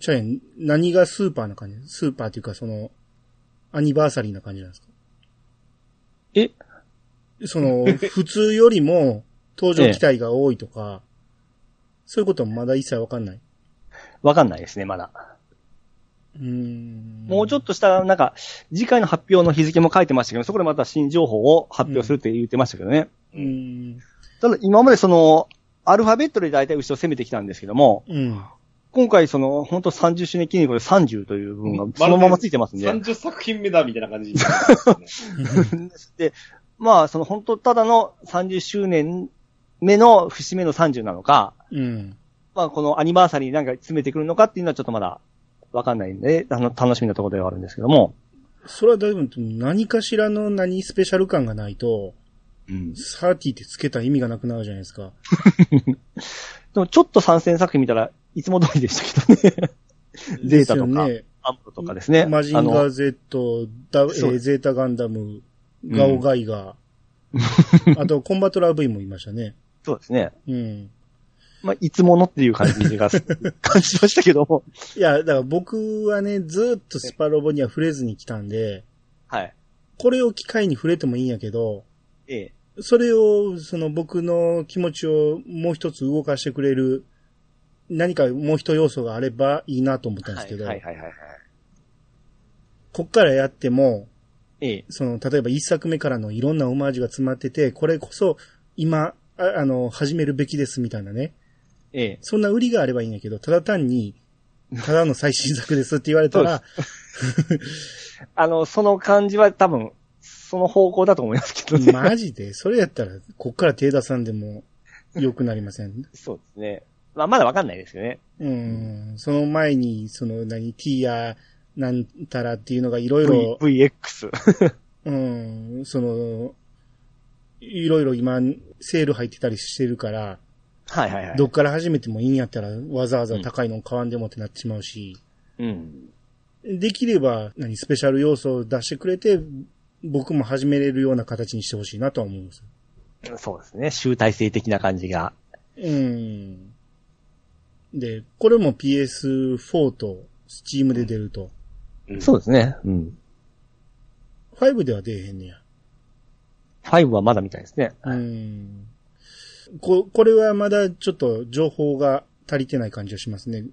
Speaker 1: チャイン、何がスーパーな感じスーパーっていうか、その、アニバーサリーな感じなんですか
Speaker 2: え
Speaker 1: その、普通よりも、登場機体が多いとか、そういうことはまだ一切わかんない。
Speaker 2: わかんないですね、まだ。
Speaker 1: うーん。
Speaker 2: もうちょ
Speaker 1: っ
Speaker 2: っとしたら、なんか、次回の発表の日付も書いてましたけど、そこでまた新情報を発表するって言ってましたけどね。
Speaker 1: と。うーん。
Speaker 2: ただ、今までその、アルファベットで大体後ろ攻めてきたんですけども、
Speaker 1: うん。
Speaker 2: 今回その、本当30周年記念これ30という部分がそのままついてますんで。
Speaker 4: 30作品目だみたいな感じ。
Speaker 2: で、まあ、その本当ただの30周年目の節目の30なのか、
Speaker 1: うん。
Speaker 2: まあ、このアニバーサリーなんか詰めてくるのかっていうのはちょっとまだわかんないんで、あの、楽しみなところではあるんですけども。
Speaker 1: それはだいぶ、何かしらの何スペシャル感がないと、
Speaker 2: *laughs* うん。
Speaker 1: サーティってつけた意味がなくなるじゃないですか。
Speaker 2: でもちょっと参戦作品見たらいつも通りでしたけ
Speaker 1: *laughs*
Speaker 2: どね。ゼータとか、
Speaker 1: ですよね
Speaker 2: アムロとかですね。
Speaker 1: マジンガ
Speaker 2: あの
Speaker 1: ー Z、ダえ
Speaker 2: そう
Speaker 1: ーゼータガンダム、ガオガイガー。あと、コンバトラー V もいましたね。
Speaker 2: そうですね。
Speaker 1: うん。
Speaker 2: まあ、いつものっていう感じが、
Speaker 1: *laughs*
Speaker 2: 感じましたけども。
Speaker 1: いや、だから僕はね、ずーっとスパロボには触れずに来たんで、
Speaker 2: はい。
Speaker 1: これを機会に触れてもいいんやけど、
Speaker 2: ええ。
Speaker 1: それを、その僕の気持ちをもう一つ動かしてくれる、何かもう一要素があればいいなと思ったんで
Speaker 2: は
Speaker 1: す
Speaker 2: い
Speaker 1: けど、
Speaker 2: はいはいはいはい。
Speaker 1: こっからやっても、
Speaker 2: ええ。
Speaker 1: その、例えば一作目からのいろんなオマージュが詰まってて、これこそ今、ああの、始めるべきですみたいなね。
Speaker 2: ええ。
Speaker 1: そんな売りがあればいいんやけど、ただ単に、ただの最新作ですって言われた *laughs* ら、
Speaker 2: あの、その感じは多分、その方向だと思いますけどね。
Speaker 1: マジでそれやったら、こっから手出さんでも良くなりません。
Speaker 2: そうですね。まあ、まだわかんないですよね。
Speaker 1: うん。その前に、その何、ティア、なんたらっていうのがいろい
Speaker 2: v
Speaker 1: ろ、
Speaker 2: VX。
Speaker 1: うん、その、いろいろ今、セール入ってたりしてるから、
Speaker 2: はいはいはい。
Speaker 1: どっから始めてもいいんやったら、わざわざ高いの買わんでもってなってしまうし、
Speaker 2: うん。
Speaker 1: できれば、何、スペシャル要素を出してくれて、僕も始めれるような形にしてほしいなとは思うんですよ
Speaker 2: そうですね。集大成的な感じが。
Speaker 1: うん。で、これも PS4 と Steam で出ると。
Speaker 2: そうですね。うん。
Speaker 1: 5では出えへんねや。
Speaker 2: 5はまだみたいですね。
Speaker 1: うん。こ、これはまだちょっと情報が足りてない感じがしますね。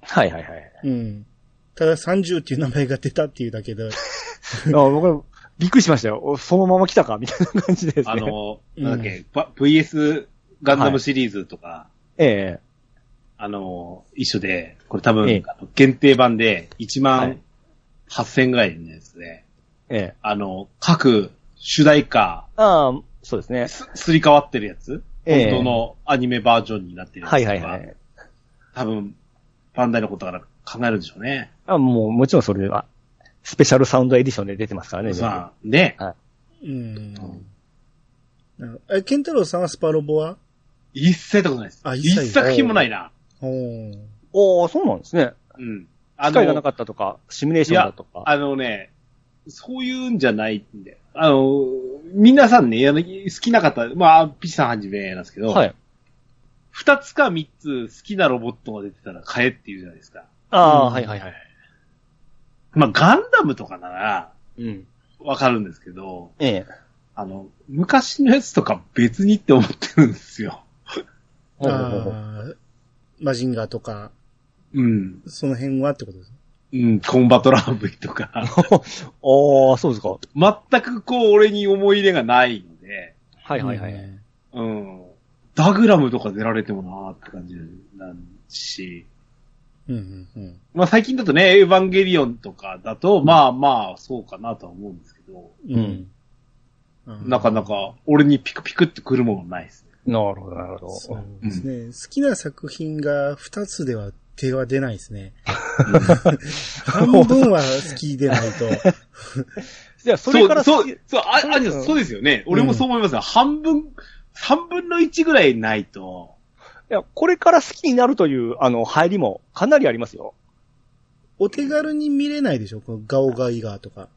Speaker 2: はいはいはい。
Speaker 1: うん。ただ30っていう名前が出たっていうだけで。
Speaker 2: あ僕、びっくりしましたよ。おそのまま来たかみたいな感じですね。
Speaker 3: あ、の、
Speaker 1: うん
Speaker 3: なんだっけ、パ VS ガンダムシリーズとか、
Speaker 2: ええ。
Speaker 3: あの、一緒で、これ多分、
Speaker 2: ええ
Speaker 3: あの限定版で1
Speaker 2: はい
Speaker 3: 万8000ぐらいのやつで、
Speaker 2: ええ。
Speaker 3: あの、各主題歌、
Speaker 2: ああ、そうですね。
Speaker 3: す、すり替わってるやつ
Speaker 2: ええ
Speaker 3: 本当のアニメバージョンになってるやつ
Speaker 2: はい
Speaker 3: とか
Speaker 2: はいはい。
Speaker 3: 多分、バンダイのことから考えるんでしょうね。
Speaker 2: あ、もう、もちろんそれは、スペシャルサウンドエディションで出てますからね。
Speaker 3: さあ、ね。
Speaker 1: うん。え、ケンタロウさんはスパロボは
Speaker 3: 一切とことないです。
Speaker 1: あ一
Speaker 3: 一
Speaker 1: 切
Speaker 3: 作品もないな。
Speaker 1: おー
Speaker 2: おおそうなんですね。
Speaker 3: うん。あ
Speaker 2: 機会がな
Speaker 3: の、
Speaker 2: かったとか、シミュレーシ
Speaker 3: い
Speaker 2: ョンだ
Speaker 3: や
Speaker 2: とか。
Speaker 3: あのね、そういうんじゃないんで。あの、皆さんね、あの好きな方、まあ、ピチさんはじめなんですけど、
Speaker 2: はい。
Speaker 3: 二つか三つ好きなロボットが出てたら買えって言うじゃないですか。
Speaker 2: ああ、
Speaker 1: うん
Speaker 2: はいはいはい。
Speaker 3: まあ、ガンダムとかなら、
Speaker 2: うん。
Speaker 3: わかるんですけど、
Speaker 2: ええ。
Speaker 3: あの、昔のやつとか別にって思ってるんですよ。 *laughs*
Speaker 2: ほうほうほうほ *laughs* う
Speaker 1: あーマジンガーとか、
Speaker 3: うん。
Speaker 1: その辺はってことですね。
Speaker 3: うん、コンバトラーブイとか。
Speaker 2: ああ、そうですか。
Speaker 3: 全くこう、俺に思い入れがないので、
Speaker 2: はいはいはい。
Speaker 1: うん
Speaker 3: うん。ダグラムとか出られてもなーって感じなんし、
Speaker 1: うんうん
Speaker 3: まあ最近だとね、エヴァンゲリオンとかだと、まあまあ、そうかなとは思うんですけど、
Speaker 1: うん。うんうん
Speaker 3: なかなか俺にピクピクってくるものないですね。
Speaker 2: なるほど、なるほ
Speaker 1: そ
Speaker 2: ど。
Speaker 1: うですね。好きな作品が2つでは手は出ないですね。半分は好きでないと。
Speaker 2: じゃあ、それから
Speaker 3: そ
Speaker 2: 好
Speaker 3: う、そ
Speaker 2: き
Speaker 3: う、そう、あ、あ、
Speaker 2: うん
Speaker 3: そうですよね。俺もそう思いますよ。半分、三分の一ぐらいないと、
Speaker 2: いや、これから好きになるという、あの、入りもかなりありますよ。
Speaker 1: お手軽に見れないでしょこのガオガイガーとか。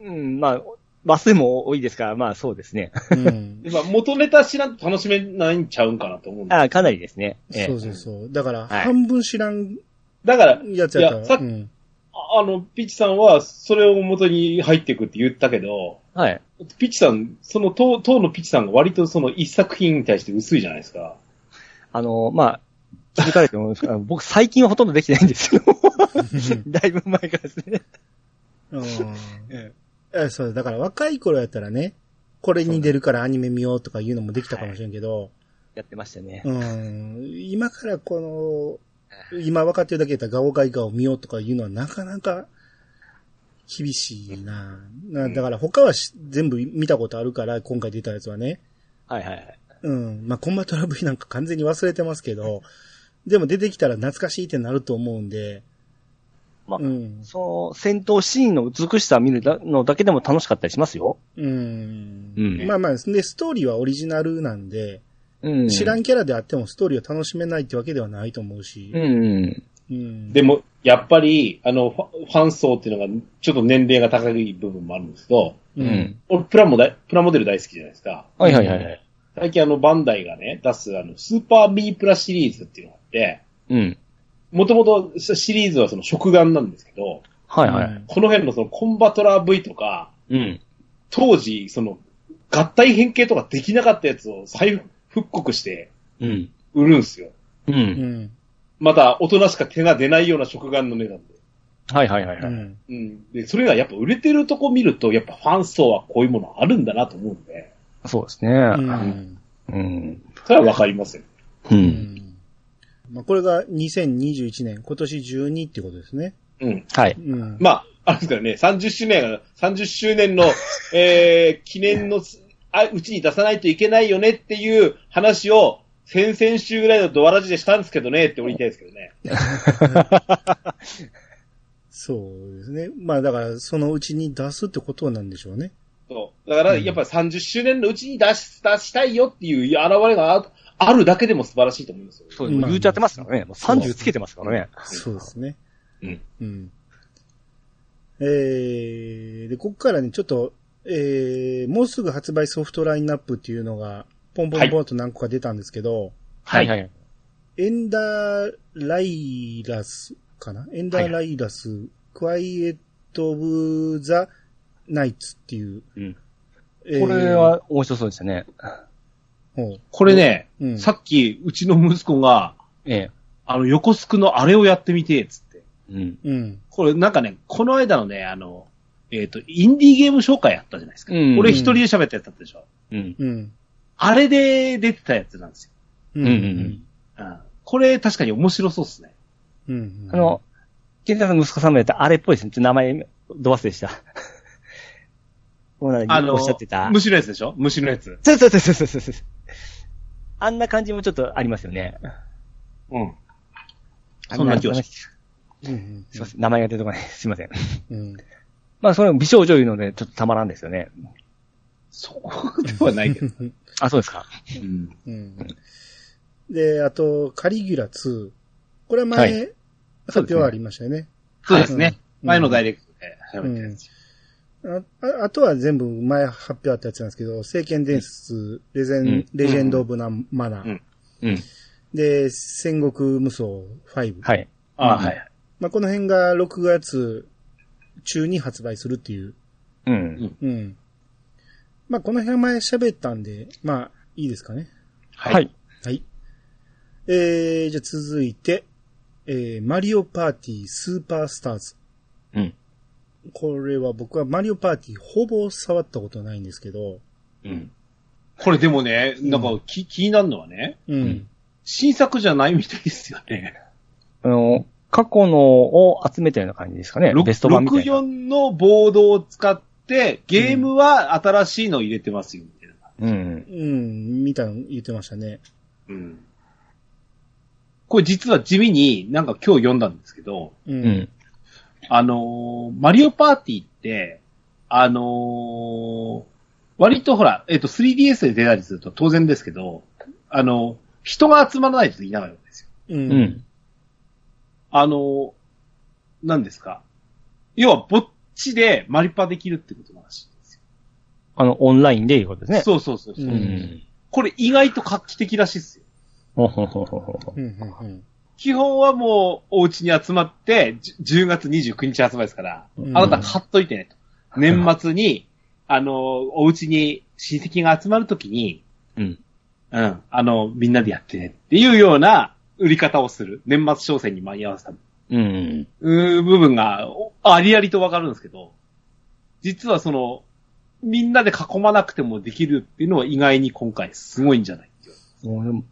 Speaker 2: うん、まあ、バスも多いですから、まあそうですね。
Speaker 1: うん。
Speaker 4: まあ、元ネタ知らんと楽しめないんちゃうんかなと思うんだ
Speaker 2: ああ、かなりですね。ええ
Speaker 1: そうそうそう。だから、
Speaker 2: はい
Speaker 1: 半分知らん
Speaker 4: だから、
Speaker 1: やつや
Speaker 4: いや
Speaker 1: か
Speaker 4: さ
Speaker 1: ら。
Speaker 4: っき
Speaker 1: うん
Speaker 4: ああの、ピッチさんは、それを元に入っていくって言ったけど、
Speaker 2: はい。
Speaker 4: ピッチさん、その、当当のピッチさんが割とその一作品に対して薄いじゃないですか。
Speaker 2: あの、まあ、気づかれても思うんですが、僕最近はほとんどできてないんです *laughs* よ。だいぶ前からですね。
Speaker 1: うんえそう、だから若い頃やったらね、これに出るからアニメ見ようとかいうのもできたかもしれんけど、
Speaker 2: やってましたね。
Speaker 1: うん、今からこの、今分かってるだけやったらガオガイガを見ようとかいうのはなかなか厳しいな。なだから他はし全部見たことあるから、今回出たやつはね。
Speaker 2: はいはいはい。
Speaker 1: うん。まあ、コンバトラブイなんか完全に忘れてますけど、でも出てきたら懐かしいってなると思うんで、
Speaker 2: まあ
Speaker 1: うん。
Speaker 2: その戦闘シーンの美しさを見るだのだけでも楽しかったりしますよ。
Speaker 1: うん。
Speaker 2: うん
Speaker 1: まあまあ、で、ストーリーはオリジナルなんで、
Speaker 2: うん
Speaker 1: 知らんキャラであってもストーリーを楽しめないってわけではないと思うし
Speaker 2: う、ん。
Speaker 1: うん。
Speaker 4: でも、やっぱり、あの、ファファン層っていうのが、ちょっと年齢が高い部分もあるんですけど、
Speaker 1: う。
Speaker 2: うんん。
Speaker 4: 俺、プラモだ、プラモデル大好きじゃないですか。
Speaker 2: はいはいはいはい。
Speaker 4: 最近あの、バンダイがね、出すあの、スーパーミープラシリーズっていうのがあって、
Speaker 2: うん。
Speaker 4: もともとシリーズはその、食玩なんですけど、
Speaker 2: はいはい。
Speaker 4: この辺のその、コンバトラー V とか、
Speaker 2: うん。
Speaker 4: 当時、その、合体変形とかできなかったやつを再復刻して
Speaker 2: うん。
Speaker 4: 売るんすよ。
Speaker 2: う。
Speaker 1: うんん。
Speaker 4: また、大人しか手が出ないような食玩の値段で。
Speaker 2: はいはいはいは
Speaker 1: う
Speaker 2: い。
Speaker 1: ん。
Speaker 4: うん。で、それがやっぱ売れてるとこ見ると、やっぱファン層はこういうものあるんだなと思うんで、
Speaker 2: そうですね。
Speaker 1: うん。
Speaker 2: うん。
Speaker 4: それはわかりますよ。
Speaker 2: う。
Speaker 1: うんん。まあ、これが2021年、今年12ってことですね。
Speaker 4: うん。
Speaker 2: はい。
Speaker 1: うん。
Speaker 4: まあ、あれですからね、30周年、30周年の、 *laughs* えー、記念のあうちに出さないといけないよねっていう話を、先々週ぐらいのドアラジでしたんですけどねって俺言いたいですけどね。
Speaker 1: そうですね。まあ、だから、そのうちに出すってことなんでしょうね。
Speaker 4: そう。だから、やっぱり30周年のうちに出し、出したいよっていう現れがああるだけでも素晴らしいと思いますよ。
Speaker 2: そう、もう言うちゃってますからね。もう30つけてますからね。
Speaker 1: そうですね。
Speaker 4: うん。
Speaker 1: うん。えー、で、ここからね、ちょっと、えー、もうすぐ発売ソフトラインナップっていうのが、ポンポンポンと何個か出たんですけど、
Speaker 2: はいはい。
Speaker 1: エンダーライラスかなエンダーライラス、クワイエット・オブ・ザ・ナイツっていう。
Speaker 2: うん
Speaker 1: えー
Speaker 2: これ、は面白そうでしたね。
Speaker 1: ほう
Speaker 3: これね、
Speaker 1: うん
Speaker 3: さっきうちの息子が、
Speaker 2: ええ。
Speaker 3: あの、横須賀のあれをやってみて、つって。
Speaker 2: うん。
Speaker 1: うん。
Speaker 3: これなんかね、この間のね、あの、えっ、と、インディーゲーム紹介やったじゃないですか。
Speaker 2: うん
Speaker 3: 俺一人で喋ったやつだったでしょ。
Speaker 2: うん。
Speaker 1: うん。
Speaker 3: あれで出てたやつなんですよ。
Speaker 1: う
Speaker 2: うんうん。
Speaker 3: うん、これ確かに面白そうっすね。
Speaker 1: うんうん。
Speaker 2: あの、現在の息子さんもやったあれっぽいですね。ちょっと名前、ど忘れした。 *laughs* もうなんか
Speaker 3: あの、
Speaker 2: おっしゃってた。
Speaker 3: 虫のやつでしょ虫のやつ。
Speaker 2: そうそうそうそうそうそう。あんな感じもちょっとありますよね。
Speaker 3: うん。
Speaker 5: そんな気はし
Speaker 2: す。
Speaker 1: うん
Speaker 2: すいません。名前が出てこない。すいません。
Speaker 1: うん
Speaker 2: まあ、それも美少女いうので、ちょっとたまらんですよね。
Speaker 3: そこではないけ
Speaker 2: *laughs*
Speaker 3: ど。
Speaker 2: あ、そうですか。
Speaker 3: うん。
Speaker 1: うんで、あと、カリギュラ2。これは前、
Speaker 2: はい
Speaker 1: 発表はありましたよね。
Speaker 5: そうですね。
Speaker 1: うん
Speaker 5: 前のダイレクトで喋った
Speaker 1: う
Speaker 5: や
Speaker 1: ん
Speaker 5: つ。
Speaker 1: あああとは全部前発表あったやつなんですけど、聖剣伝説、レゼン、
Speaker 2: うん
Speaker 1: レジェンド・オブ・ナ・マナー、
Speaker 3: うん
Speaker 2: うん。
Speaker 1: で、戦国無双5。
Speaker 2: はい。
Speaker 5: ああ、はい。
Speaker 1: まあ、この辺が6月中に発売するっていう。
Speaker 2: うん。
Speaker 1: うん。まあ、この辺は前喋ったんで、まあ、いいですかね。
Speaker 2: は。い。
Speaker 1: はい。えー、じゃあ続いて、えー、マリオパーティースーパースターズ。
Speaker 2: うん。
Speaker 1: これは僕はマリオパーティーほぼ触ったことないんですけど、
Speaker 2: うん。
Speaker 3: これでもね、
Speaker 1: なんか
Speaker 3: 気気になるのはね、
Speaker 1: うん。
Speaker 2: ん
Speaker 3: 新作じゃないみたいですよね。
Speaker 2: あの、過去のを集めたような感じですかね。ベスト版みたいな。
Speaker 3: 64のボードを使って、ゲームは新しいの入れてますよ、みたい
Speaker 2: う
Speaker 3: な。
Speaker 2: ん。
Speaker 1: うん、みたいなの言ってましたね。
Speaker 3: うん。これ実は地味に、なんか今日読んだんですけど、
Speaker 1: う。
Speaker 2: うんん。
Speaker 3: あのーマリオパーティーって、あのー割とほら、えっ、と、3DS で出たりすると当然ですけど、あの人が集まらないといけないわけですよ。
Speaker 1: う。
Speaker 2: うんん。
Speaker 3: あのー何ですか要は、ぼっちでマリパできるってことの話ですよ。
Speaker 2: あの、オンラインでいうことですね。
Speaker 3: そうそうそうそう、
Speaker 1: う
Speaker 2: うん。
Speaker 3: これ意外と画期的らしいですよ。
Speaker 2: ほほほほほ
Speaker 1: うん。うん。
Speaker 3: 基本はもう、お家に集まって、じゅ10月29日発売ですから、
Speaker 1: うん
Speaker 3: あなた買っといてねと。年末に、あの、お家に親戚が集まるときに、
Speaker 2: うん。
Speaker 3: うん、あの、みんなでやってねっていうような売り方をする。年末商戦に間に合わせた。
Speaker 2: うん。
Speaker 3: うー部分が、おありありとわかるんですけど、実はその、みんなで囲まなくてもできるっていうのは意外に今回すごいんじゃない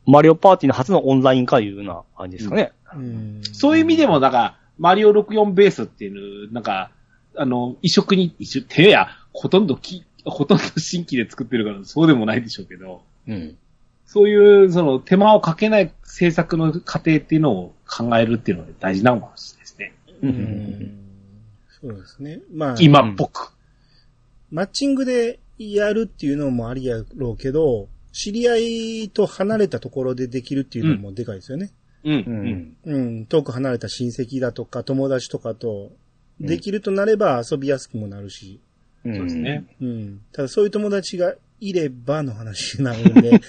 Speaker 2: マリオパーティーの初のオンライン化いうような感じですかね。
Speaker 1: うん。
Speaker 3: そういう意味でも、なんか、マリオ64ベースっていう、なんか、あの、移植に、移植、てや、ほとんどき、ほとんど新規で作ってるから、そうでもないでしょうけど、
Speaker 2: うん。
Speaker 3: そういう、その、手間をかけない制作の過程っていうのを考えるっていうのが大事なのかもしれないですね。
Speaker 1: う
Speaker 2: うんん。
Speaker 1: そうですね。まあ、
Speaker 3: 今っぽく。
Speaker 1: マッチングでやるっていうのもありやろうけど、知り合いと離れたところでできるっていうのもでかいですよね。
Speaker 3: うん。う。
Speaker 2: うんん。
Speaker 1: うん、遠く離れた親戚だとか友達とかと、できるとなれば遊びやすくもなるし、
Speaker 2: そう
Speaker 3: そうですね。。
Speaker 1: うん。ただそういう友達がいればの話になるん
Speaker 2: *laughs*
Speaker 1: で、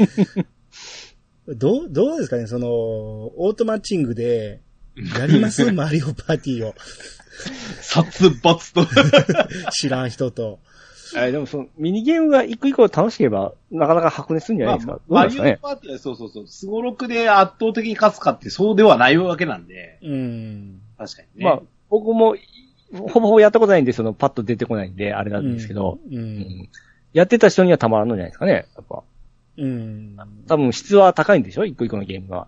Speaker 1: どう、どうですかね、その、オートマッチングで、やります
Speaker 2: *laughs*
Speaker 1: マリオパーティーを。
Speaker 3: 殺伐と。
Speaker 1: 知らん人と。
Speaker 2: えでもその、ミニゲームが一個一個楽しければ、なかなか白熱するんじゃないですか。
Speaker 3: まあマ
Speaker 2: どう
Speaker 3: リ
Speaker 2: な
Speaker 3: オ
Speaker 2: んですかね。
Speaker 3: パーティーはそうそうそう、スゴロクで圧倒的に勝つかってそうではないわけなんで、
Speaker 1: うん。
Speaker 3: 確かにね。
Speaker 2: まあ、僕も、ほぼほぼやったことないんで、その、パッと出てこないんで、あれなんですけど、
Speaker 1: う。
Speaker 2: うんんやってた人にはたまらんのじゃないですかね。やっぱ。
Speaker 1: うん。
Speaker 2: 多分質は高いんでしょ一個一個のゲームが。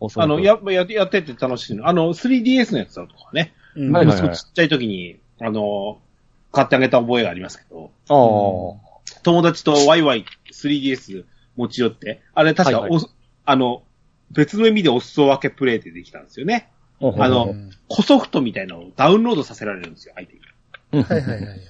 Speaker 2: おそ
Speaker 3: あ
Speaker 2: らく
Speaker 3: の、や、や、やってて楽しいの。あの、3DS のやつだとかね。
Speaker 1: うん
Speaker 2: はいはい
Speaker 3: 息子ちっちゃい時に、あの、買ってあげた覚えがありますけど、
Speaker 2: ああ。
Speaker 3: 友達とワイワイ 3DS 持ち寄って、あれ確かお、
Speaker 2: はいは
Speaker 3: あの、別の意味でお裾分けプレイでできたんですよね。あの
Speaker 1: うん
Speaker 3: 小ソフトみたいなのをダウンロードさせられるんですよ、相手に。
Speaker 2: うん、
Speaker 1: はいはいはいはい。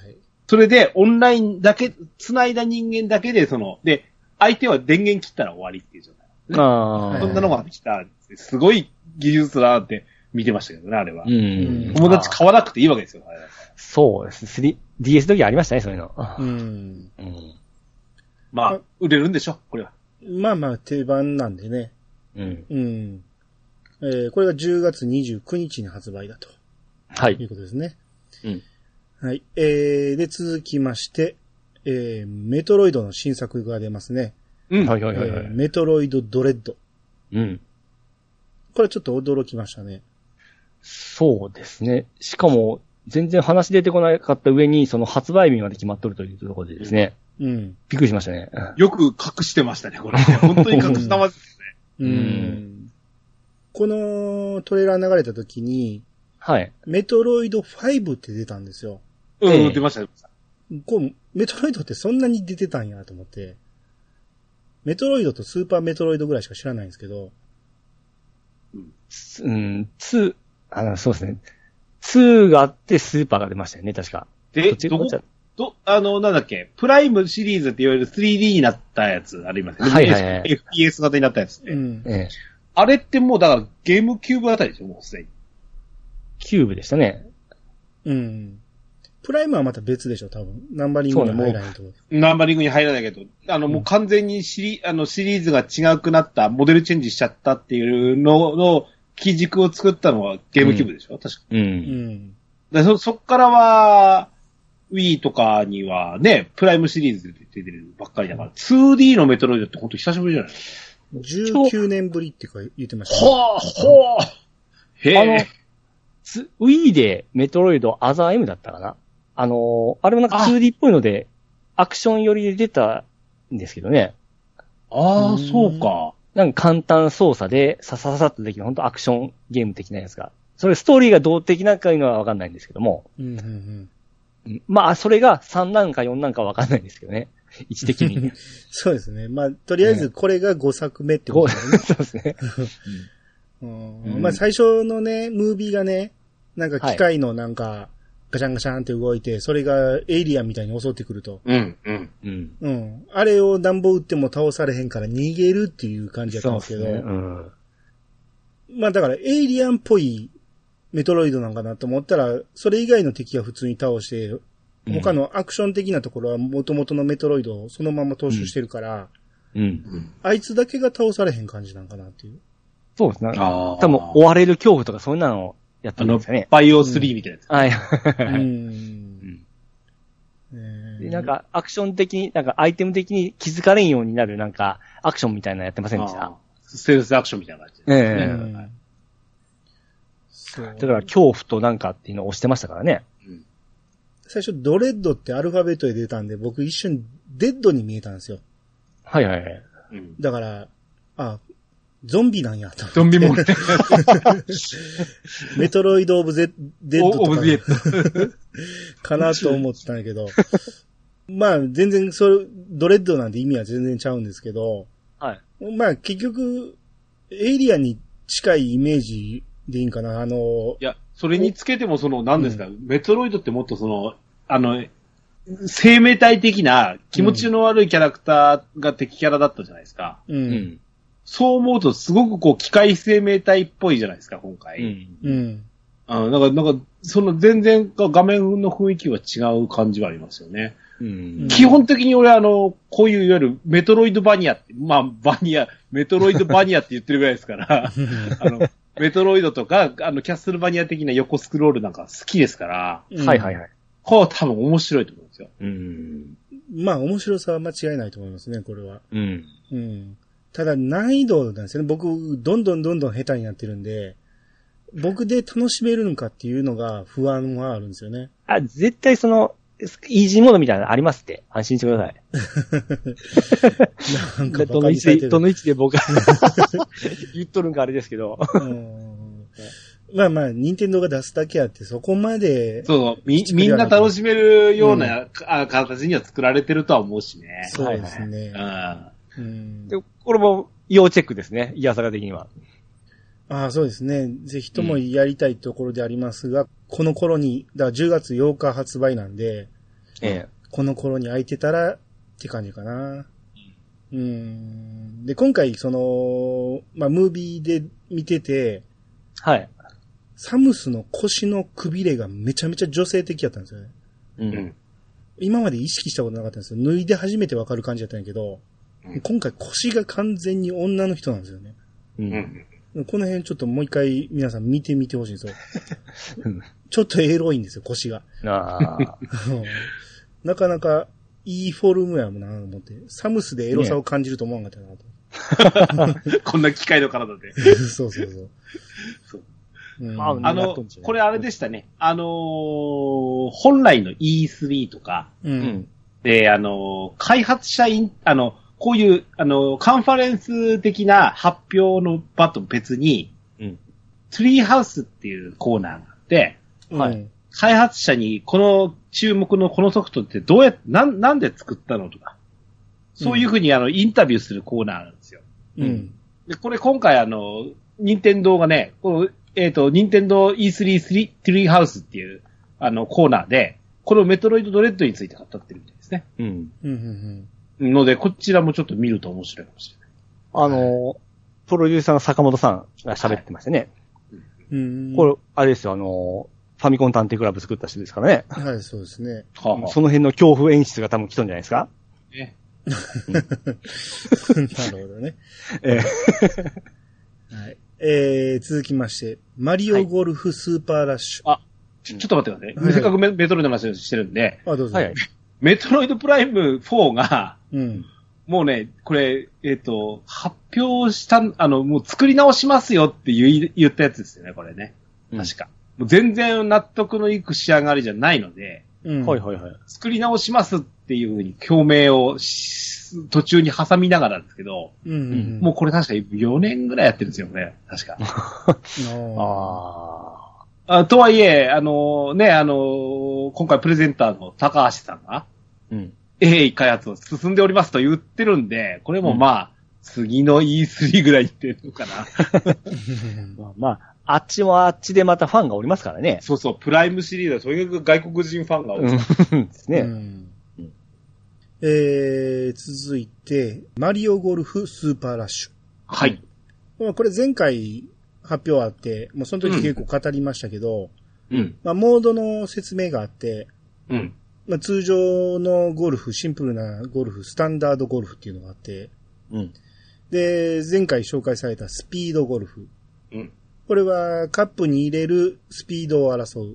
Speaker 3: それで、オンラインだけ、繋いだ人間だけで、その、で、相手は電源切ったら終わりっていう状態。
Speaker 2: あ
Speaker 1: はい
Speaker 2: あ
Speaker 3: そんなのができた、すごい技術だなって見てましたけどね、あれは。
Speaker 2: うん。
Speaker 3: 友達
Speaker 2: あ
Speaker 3: 買わなくていいわけですよ、あれは
Speaker 2: あそうです。3 DS 時ありましたね、そういうの。
Speaker 1: うん。
Speaker 2: うん。
Speaker 3: まあ、売れるんでしょ、これは。
Speaker 1: まあまあ定番なんでね。
Speaker 2: うん。
Speaker 1: うん。えーこれが10月29日に発売だと
Speaker 2: はいい。
Speaker 1: うことですね。
Speaker 2: うん。
Speaker 1: はい。えー、で、続きまして、えー、メトロイドの新作が出ますね。
Speaker 3: うん。
Speaker 2: はいはいはいは
Speaker 1: えー
Speaker 2: い。
Speaker 1: メトロイドドレッド。
Speaker 2: うん。
Speaker 1: これちょっと驚きましたね。
Speaker 2: そうですね。しかも、全然話出てこなかった上に、その発売日まで決まっとるというところでですね。
Speaker 1: うん。
Speaker 2: びっくりしましたね。
Speaker 3: よく隠してましたね、
Speaker 2: *laughs*
Speaker 3: これ。本当に隠したまず。
Speaker 1: う
Speaker 2: うん。
Speaker 1: このトレーラー流れた時に、
Speaker 2: はい。
Speaker 1: メトロイド5って出たんですよ。
Speaker 3: う
Speaker 2: え
Speaker 3: ん、
Speaker 2: え
Speaker 3: 出ました、出ました。
Speaker 1: こう、メトロイドってそんなに出てたんやと思って。メトロイドとスーパーメトロイドぐらいしか知らないんですけど、
Speaker 2: つうん、2、あの、そうですね。2があってスーパーが出ましたよね、確か。
Speaker 3: で、
Speaker 2: どっち
Speaker 3: どこ
Speaker 2: どっち、
Speaker 3: ど、あの、なんだっけ、プライムシリーズっていわゆる 3D になったやつありますよね。
Speaker 2: はいはいはい
Speaker 3: FPS 型になったやつって。
Speaker 1: うん。
Speaker 2: ええ。
Speaker 3: あれってもうだからゲームキューブあたりですよ、もうすでに。
Speaker 2: キューブでしたね。
Speaker 1: うん。プライムはまた別でしょ、多分。ナンバリングには入らないと思う。
Speaker 3: ナンバリングに入らないけど、あの、もう完全にシリ、あの、シリーズが違くなった、モデルチェンジしちゃったっていうのの、基軸を作ったのはゲームキューブでしょ、確か。
Speaker 2: う。
Speaker 1: うんん。
Speaker 3: でそ、そっからは、Wii とかにはね、プライムシリーズで出てるばっかりだから、2D のメトロイドって本当久しぶりじゃない
Speaker 1: 19年ぶりってか言ってました、ね。
Speaker 3: ほうほうへ
Speaker 2: あの
Speaker 3: え。
Speaker 2: つ Wii でメトロイドアザー M だったかなあのーあれもなんか
Speaker 3: あ
Speaker 2: 2D っぽいので、アクション寄りで出たんですけどね。
Speaker 1: う
Speaker 3: ああ、
Speaker 1: ん
Speaker 3: そうか。
Speaker 2: なんか簡単操作で、ささささっとできる、本当アクションゲーム的なやつが。それストーリーが動的なんかいうのはわかんないんですけども。
Speaker 1: うんうんうん。
Speaker 2: うんまあ、それが3なんか4なんかわかんないんですけどね。 *laughs* 位置的に。
Speaker 1: そうですね。まあ、とりあえずこれが5作目ってことだよね。
Speaker 2: そうですね。
Speaker 1: うん
Speaker 3: うん
Speaker 1: まあ最初のね、ムービーがね、なんか機械のなんか、ガシャンガシャンって動いて、それがエイリアンみたいに襲ってくると。
Speaker 3: うん、うん。
Speaker 2: うん。
Speaker 1: うん。あれを暖房打っても倒されへんから逃げるっていう感じやったんですけど。
Speaker 2: そうですねうん。
Speaker 1: まあだからエイリアンっぽいメトロイドなんかなと思ったら、それ以外の敵は普通に倒して、
Speaker 2: うん
Speaker 1: 他のアクション的なところは元々のメトロイドをそのまま踏襲してるから、
Speaker 2: うん。
Speaker 1: あいつだけが倒されへん感じなんかなっていう。
Speaker 2: そうですね。
Speaker 3: ああ。
Speaker 2: 多分、追われる恐怖とかそういうのをやった
Speaker 3: あ
Speaker 2: んで
Speaker 3: の
Speaker 2: すよね、。
Speaker 3: バイオ3みたいなやつ。
Speaker 2: はい。
Speaker 1: うん。ねえ
Speaker 2: で *laughs* なんか、アクション的に、なんか、アイテム的に気づかれんようになる、なんか、アクションみたいなのやってませんでし
Speaker 3: あ
Speaker 2: た
Speaker 3: ーセールスアクションみたいな感じ。
Speaker 2: ええ
Speaker 1: うんそう。
Speaker 2: だから、恐怖となんかっていうのを押してましたからね。
Speaker 1: 最初、ドレッドってアルファベットで出たんで、僕一瞬、デッドに見えたんですよ。
Speaker 2: はいはいはい。
Speaker 3: うん
Speaker 1: だから、あ、ゾンビなんやと。
Speaker 3: ゾンビモン *laughs*
Speaker 1: メトロイド・オブ・ゼデッド
Speaker 3: オ
Speaker 1: と
Speaker 3: ブ
Speaker 1: か
Speaker 3: ジェット。
Speaker 1: *laughs* かなと思ったんやけど。まあ、全然、それ、ドレッドなんて意味は全然ちゃうんですけど、
Speaker 2: はい。
Speaker 1: まあ、結局、エイリアンに近いイメージでいいんかな。あの
Speaker 3: い、や、それにつけてもその、何ですか、メトロイドってもっとその、あの、生命体的な気持ちの悪いキャラクターが敵キャラだったじゃないですか。
Speaker 1: う。
Speaker 2: うんん。
Speaker 3: そう思うとすごくこう、機械生命体っぽいじゃないですか、今回。
Speaker 2: うん。
Speaker 1: うん。
Speaker 3: あなんか、なんか、その全然画面の雰囲気は違う感じはありますよね。
Speaker 2: うん。
Speaker 3: 基本的に俺あの、こういういわゆるメトロイドバニアって、まあ、バニア、メトロイドバニアって言ってるぐらいですから、あの、メトロイドとか、あの、キャッスルバニア的な横スクロールなんか好きですから、
Speaker 1: うん
Speaker 2: はいはいはい。
Speaker 3: こう多分面白いと思うんですよ。
Speaker 2: うん。
Speaker 1: まあ、面白さは間違いないと思いますね、これは。
Speaker 2: うん。
Speaker 1: うん。ただ難易度なんですよね。僕、どんどんどんどん下手になってるんで、僕で楽しめるのかっていうのが不安はあるんですよね。
Speaker 2: あ、絶対その、イージーモードみたいなのありますって。安心してください。
Speaker 1: なんかバ
Speaker 2: ど
Speaker 1: カ
Speaker 2: の位
Speaker 1: に
Speaker 2: 置
Speaker 1: され
Speaker 2: で、
Speaker 1: て
Speaker 2: ど
Speaker 1: る。
Speaker 2: の位置で僕が *laughs*
Speaker 1: *laughs*
Speaker 2: 言っとるんかあれですけど。
Speaker 1: うんまあまあ、任天堂が出すだけあって、そこまで、
Speaker 3: そうそう、み、みんな楽しめるような、あ形には作られてるとは思うしね。
Speaker 1: そうですね。
Speaker 3: うん。
Speaker 1: うん
Speaker 2: でこれも要チェックですね。イヤサガ的には。
Speaker 1: ああ、そうですね。ぜひともやりたいところでありますが、この頃に、だから10月8日発売なんで、
Speaker 2: ええ。
Speaker 1: この頃に空いてたらって感じかな。うん。で、今回、その、まあ、ムービーで見てて、
Speaker 2: はい。
Speaker 1: サムスの腰のくびれがめちゃめちゃ女性的やったんですよね。
Speaker 2: う
Speaker 3: うんん。
Speaker 1: 今まで意識したことなかったんですよ。脱いで初めてわかる感じやったんやけど、
Speaker 3: うん
Speaker 1: 今回腰が完全に女の人なんですよね。
Speaker 2: う。
Speaker 3: うんん。
Speaker 1: この辺ちょっともう一回皆さん見てみてほしいんで
Speaker 3: *laughs*
Speaker 1: すよ
Speaker 2: うん。
Speaker 1: ちょっとエロいんですよ、腰が。
Speaker 2: ああ。
Speaker 1: うんなかなかいいフォルムやもんなと思って。サムスでエロさを感じると思わなかったなと。
Speaker 3: こんな機械の体で。
Speaker 1: *laughs* そうそうそう。
Speaker 3: そう
Speaker 1: うん
Speaker 2: まあ
Speaker 3: あ
Speaker 2: やっ
Speaker 3: の
Speaker 2: とんちゃう、
Speaker 3: これあれでしたね。あのー本来の E3 とか、
Speaker 1: う。
Speaker 2: *laughs* うんん。
Speaker 3: で、あのー開発者イン、あの、こういう、あのーカンファレンス的な発表の場と別に、
Speaker 2: うん。
Speaker 3: ツリーハウスっていうコーナーがあって、
Speaker 2: はい
Speaker 1: うん。
Speaker 3: 開発者にこの注目のこのソフトってどうやっなん、なんで作ったのとか、そういうふうにあの、インタビューするコーナーなんですよ。
Speaker 1: うん。
Speaker 3: で、これ今回あの、任天堂がね、このえっ、と、任天堂 E3 スリトリーハウスっていう、あの、コーナーで、これをメトロイドドレッドについて語ってるみたいですね。
Speaker 2: うん。
Speaker 1: うん。うん。
Speaker 3: ので、こちらもちょっと見ると面白いかもしれない。
Speaker 2: あの、プロデューサーの坂本さんが喋ってましたね。
Speaker 1: うん。
Speaker 2: これ、あれですよ、あの、ファミコン探偵クラブ作った人ですからね。
Speaker 1: はい、そうです
Speaker 2: *laughs*
Speaker 1: ね。
Speaker 3: はあはあ
Speaker 2: その辺の恐怖演出が多分来たんじゃないですか
Speaker 3: ね
Speaker 1: なるほどね。
Speaker 2: え
Speaker 1: *laughs*
Speaker 2: え
Speaker 1: はい。えー、続きまして、マリオゴルフスーパーラッシュ。
Speaker 3: ちょちょっと待ってく
Speaker 1: は
Speaker 3: ださ
Speaker 1: い
Speaker 3: い。せっかくメメトロイドの話をしてるんで、
Speaker 1: あ、どうぞ。
Speaker 2: はいはい。
Speaker 3: メトロイドプライム4が、
Speaker 1: うん。
Speaker 3: もうね、これ、えっ、と、発表した、あの、もう作り直しますよって言い言ったやつですよね、これね。確か。もう全然納得のいく仕上がりじゃないので、
Speaker 1: うん。
Speaker 2: はいはいはい。
Speaker 3: 作り直しますっていうふうに表明をし途中に挟みながらですけど、
Speaker 1: い。うんうん。
Speaker 3: もうこれ確か4年ぐらいやってるんですよね、確か。
Speaker 1: うん、あ
Speaker 2: あ
Speaker 3: あとはいえ、あのね、あの今回プレゼンターの高橋さんが、
Speaker 2: ー。うん。
Speaker 3: A 開発を進んでおりますと言ってるんで、これもまあ、次の E3 ぐらいっていうのかな。
Speaker 1: ー。 *laughs*
Speaker 2: まあ、まあ、あっちもあっちでまたファンがおりますからね。
Speaker 4: *laughs* そうそう、プライムシリーズはとにかく外国人ファンが多い。
Speaker 2: うん。 *laughs* です
Speaker 1: う
Speaker 2: ね。
Speaker 1: んえー、続いて、マリオゴルフスーパーラッシュ。
Speaker 3: はい。
Speaker 1: まあこれ前回発表あって、もうその時結構語りましたけど、
Speaker 3: うん。
Speaker 1: まあモードの説明があって、
Speaker 3: うん。
Speaker 1: まあ通常のゴルフ、シンプルなゴルフ、スタンダードゴルフっていうのがあって、
Speaker 2: うん。
Speaker 1: で、前回紹介されたスピードゴルフ。
Speaker 4: うん
Speaker 1: これはカップに入れるスピードを争うっ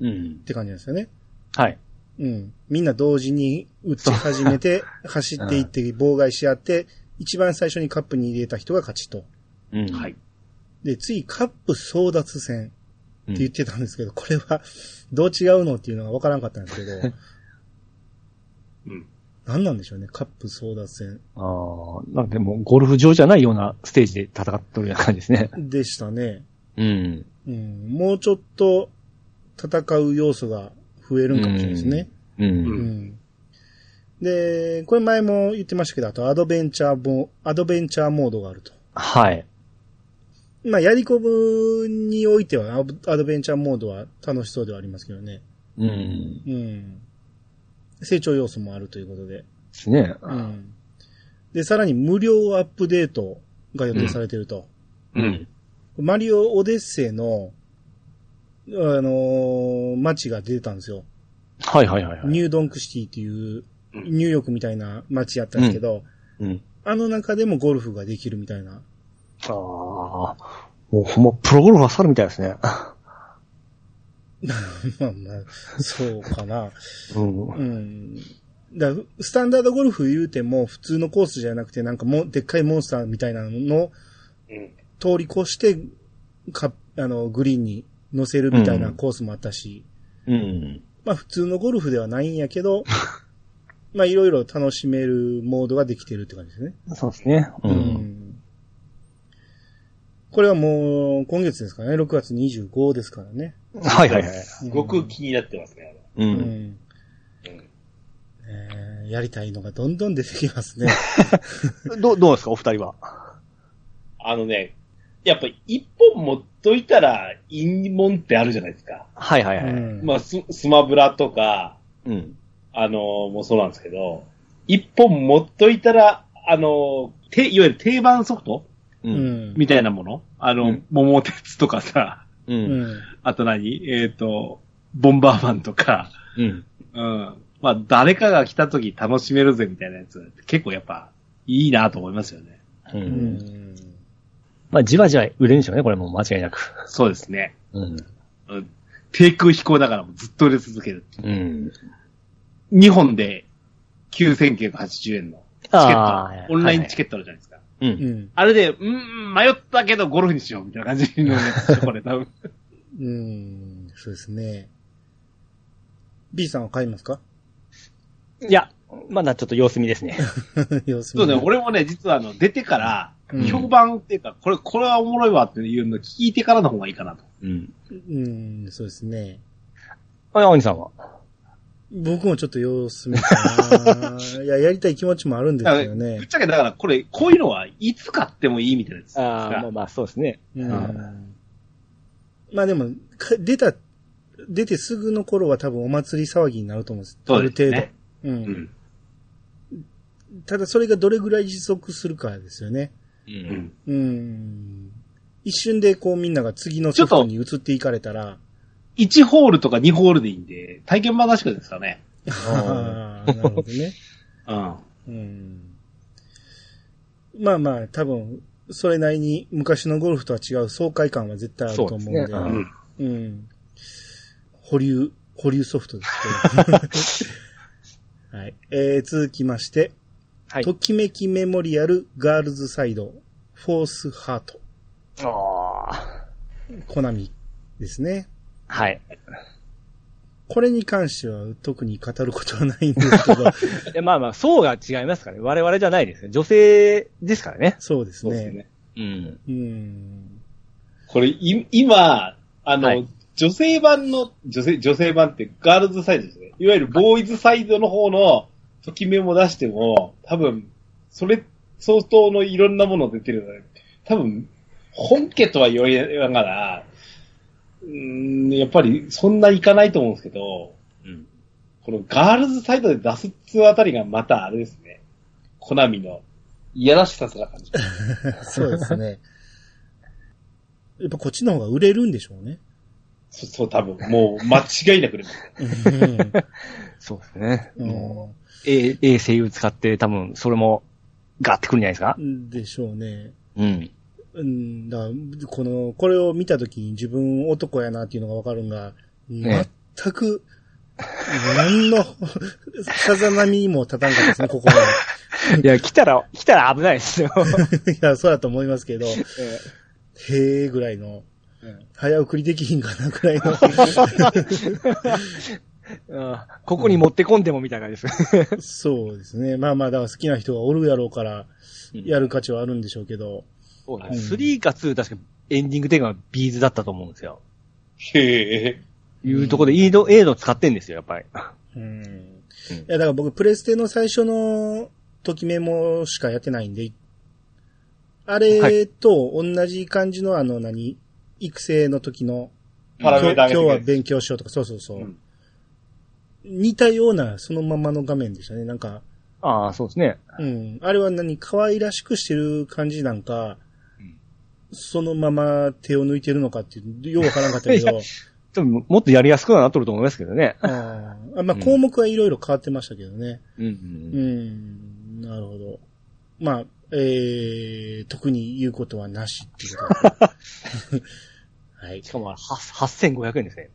Speaker 2: うん。
Speaker 1: て感じなんですよね。
Speaker 2: はい。
Speaker 1: うん。みんな同時に打ち始めて、 *laughs* 走っていって妨害し合って、一番最初にカップに入れた人が勝ちと。
Speaker 2: うん
Speaker 3: はい。
Speaker 1: で、次、カップ争奪戦って言っ
Speaker 2: う
Speaker 1: てたんですけど、これはどう違うのっていうのがわからんかったんですけ *laughs* ど、
Speaker 4: うん。
Speaker 1: 何なんでしょうね、カップ争奪戦
Speaker 2: ああ、なんかでも、ゴルフ場じゃないようなステージで戦ってるような感じですね。
Speaker 1: でしたね。
Speaker 2: うん。
Speaker 1: うん、もうちょっと戦う要素が増えるんかもしれないですね。
Speaker 2: う。
Speaker 1: うんんで、これ前も言ってましたけど、あとアドベンチャーも、アドベンチャーモードがあると。
Speaker 2: はい。
Speaker 1: まあ、やりこぶにおいてはアブ、アドベンチャーモードは楽しそうではありますけどね。
Speaker 2: うん。
Speaker 1: うん。成長要素もあるということで。
Speaker 2: ですね。
Speaker 1: うん。で、さらに無料アップデートが予定されていると。
Speaker 3: うん。
Speaker 1: マリオオデッセイの、あのー街が出たんですよ。
Speaker 2: はいはいはいはい。
Speaker 1: ニュードンクシティっていう、
Speaker 4: うん
Speaker 1: ニューヨークみたいな街やったんですけど、
Speaker 2: うん。
Speaker 1: あの中でもゴルフができるみたいな。 *laughs*
Speaker 2: ああ、もうほんま、プロゴルファー猿みたいですね。
Speaker 1: まあまあ、そうかな。
Speaker 2: うん。うん。
Speaker 1: うん。だからスタンダードゴルフ言うても普通のコースじゃなくてなんかもうでっかいモンスターみたいなのを
Speaker 4: うん。
Speaker 1: 通り越して、か、あの、グリーンに乗せるみたいな
Speaker 2: うん
Speaker 1: コースもあったし、
Speaker 2: うん。
Speaker 1: まあ普通のゴルフではないんやけど、まあいろいろ楽しめるモードができてるって感じですね。
Speaker 2: そうですね。う。
Speaker 1: うんんこれはもう今月ですからね、6月25ですからね。
Speaker 2: はいはいはい。
Speaker 1: す
Speaker 4: すごく気になってますね。
Speaker 2: う。
Speaker 1: うんん。えーやりたいのがどんどん出てきますね。
Speaker 2: どう、どうですか、お二人は。
Speaker 4: あのね、やっぱ一本持っといたらいいもんってあるじゃないですか。
Speaker 2: はいはいうはい。
Speaker 1: ん
Speaker 4: まあ、ススマブラとか、
Speaker 2: うん。
Speaker 4: あのーもうそうなんですけど、一本持っといたら、あのーて、いわゆる定番ソフト
Speaker 2: う。
Speaker 1: うんん。
Speaker 3: みたいなものあの、
Speaker 2: うん
Speaker 3: 桃鉄とかさ、
Speaker 2: う。
Speaker 1: うんん。
Speaker 3: あと何えっ、と、ボンバーマンとか、
Speaker 2: うん。
Speaker 3: うん。まあ、誰かが来た時楽しめるぜみたいなやつ、結構やっぱ、いいなと思いますよね。
Speaker 2: う。
Speaker 1: うんん。
Speaker 2: まあ、じわじわ売れるんでしょうね、これもう間違いなく。
Speaker 3: そうですね。
Speaker 2: うん。
Speaker 3: うん。低空飛行ながらもずっと売れ続ける。
Speaker 2: うん。
Speaker 3: 2本で9980円のチケ
Speaker 2: あ
Speaker 3: ッ
Speaker 2: ー
Speaker 3: ト、オンラインチケットあるじゃないですか。
Speaker 2: う。
Speaker 1: うんん。
Speaker 3: あれで、うーん、迷ったけどゴルフにしようみたいな感じのやつでしょ、これ
Speaker 1: *laughs*
Speaker 3: 多分。
Speaker 1: うん。そうですね。B さんは買いますか
Speaker 2: いや、まだちょっと様子見です *laughs* ね。
Speaker 1: 様子見
Speaker 3: そうね、俺もね、実はあの、出てから
Speaker 1: うん、
Speaker 3: 評判っていうか、これ、これはおもろいわっていうのを聞いてからの方がいいかなと。
Speaker 2: うん。
Speaker 1: うん、そうですね。
Speaker 2: あ、青鬼さんは。
Speaker 1: 僕もちょっと様子見かな。いや、やりたい気持ちもあるんですよ
Speaker 6: ぶっ
Speaker 1: ね。
Speaker 6: ちゃけだから、これ、こういうのはいつ買ってもいいみたいなやつです
Speaker 2: ああ、
Speaker 6: から
Speaker 2: まあまあ、そうですね。
Speaker 1: う
Speaker 2: あ
Speaker 1: ん、まあでも、か出た、出てすぐの頃は多分お祭り騒ぎになると思うんです。
Speaker 6: そ
Speaker 1: あ
Speaker 6: う
Speaker 1: る
Speaker 6: です
Speaker 1: 程度。
Speaker 6: ね
Speaker 1: う。
Speaker 6: うんん。
Speaker 1: ただそれがどれぐらい持続するかですよね。
Speaker 6: うん。
Speaker 1: うん。一瞬でこうみんなが次のソフトに移っていかれたら、
Speaker 6: 1ホールとか2ホールでいいんで、体験版らしくですかね。
Speaker 1: あ *laughs* あ、なるほどね。
Speaker 6: うん。
Speaker 1: うん。まあまあ、多分、それなりに昔のゴルフとは違う爽快感は絶対あると思うんで。
Speaker 2: そうですねうん
Speaker 1: うん。保留、保留ソフトですけど。はい。 *laughs* えー、続きまして、
Speaker 2: はい
Speaker 1: と。きめきメモリアルガールズサイド、フォースハート、
Speaker 2: ああ。
Speaker 1: コナミですね。
Speaker 2: はい。
Speaker 1: これに関しては特に語ることはないんです
Speaker 3: *laughs*
Speaker 1: けど、
Speaker 2: えまあまあ、層が違いますからね。我々じゃないですね。女性ですからね。
Speaker 1: そうです
Speaker 3: そうです
Speaker 1: ね。
Speaker 3: ね。
Speaker 2: うん。
Speaker 1: うん。
Speaker 3: これ、い、今、あの、
Speaker 2: はい
Speaker 3: 女性版の、女性、女性版ってガールズサイドですね。いわゆるボーイズサイドの方の、ときめも出しても、多分、それ相当のいろんなもの出てるので、多分、本家とは言いながら、うーん、やっぱりそんないかないと思うんですけど、
Speaker 6: うん
Speaker 3: このガールズサイドで出すっつうあたりがまたあれですね。コナミの、いやらしさすら感じます。
Speaker 1: そうですね。やっぱこっちの方が売れるんでしょう
Speaker 3: *laughs*
Speaker 1: ね。
Speaker 3: そそう、多分、もう間違いなくです。
Speaker 2: そうですね。
Speaker 1: うん
Speaker 2: ええ、ええ声優使って、多分、それも、ガってくるんじゃないですか
Speaker 1: うん、でしょうね。
Speaker 2: うん。
Speaker 1: うん、だからこの、これを見たときに自分男やなっていうのがわかるんが、全
Speaker 2: ね
Speaker 1: く、何の、 *laughs* さざ波にも立たんかったですね、ここは。
Speaker 2: いや、来たら、来たら危ないです *laughs*
Speaker 1: *laughs*
Speaker 2: よ。
Speaker 1: いや、そうだと思いますけど、へ
Speaker 2: え
Speaker 1: えぐらいの
Speaker 2: うん、
Speaker 1: 早送りできひんかなぐらい
Speaker 3: *laughs*
Speaker 1: の、
Speaker 2: えうんここに持ってこんでもみたいな感じです。
Speaker 1: そうですね。まあまあ、だから好きな人がおるやろうから、やる価値はあるんでしょうけど、
Speaker 2: そう
Speaker 1: うん
Speaker 2: 3か2、確かエンディングテーマはビーズだったと思うんですよ。
Speaker 3: へえ。
Speaker 2: いうところで、エイド、エイド使ってんですよ、やっぱり。
Speaker 1: うんいや、だから僕、プレステの最初の、ときメモしかやってないんで、あれと同じ感じの、あの、何、育成の時の、
Speaker 3: パラメー
Speaker 1: 今
Speaker 3: タ上
Speaker 1: 日今
Speaker 3: げて
Speaker 1: 日
Speaker 3: く
Speaker 1: は
Speaker 3: れる。
Speaker 1: 勉強しようとか、そうそうそう。
Speaker 3: うん
Speaker 1: 似たような、そのままの画面でしたね。なんか、
Speaker 2: ああ、そうですね。
Speaker 1: うん。あれは何、可愛らしくしてる感じなんか、そのまま手を抜いてるのかっていう、ようわからんかったけ
Speaker 2: *laughs* い
Speaker 1: ど
Speaker 2: や、でももっとやりやすくはなっとると思いますけどね。
Speaker 1: あーまあ、項目はいろいろ変わってましたけどね。
Speaker 2: うん
Speaker 1: うーん、なるほど。まあ、えー、特に言うことはなしっていう
Speaker 2: *laughs*
Speaker 1: こと。はい
Speaker 2: し。かも、は8500円ですね。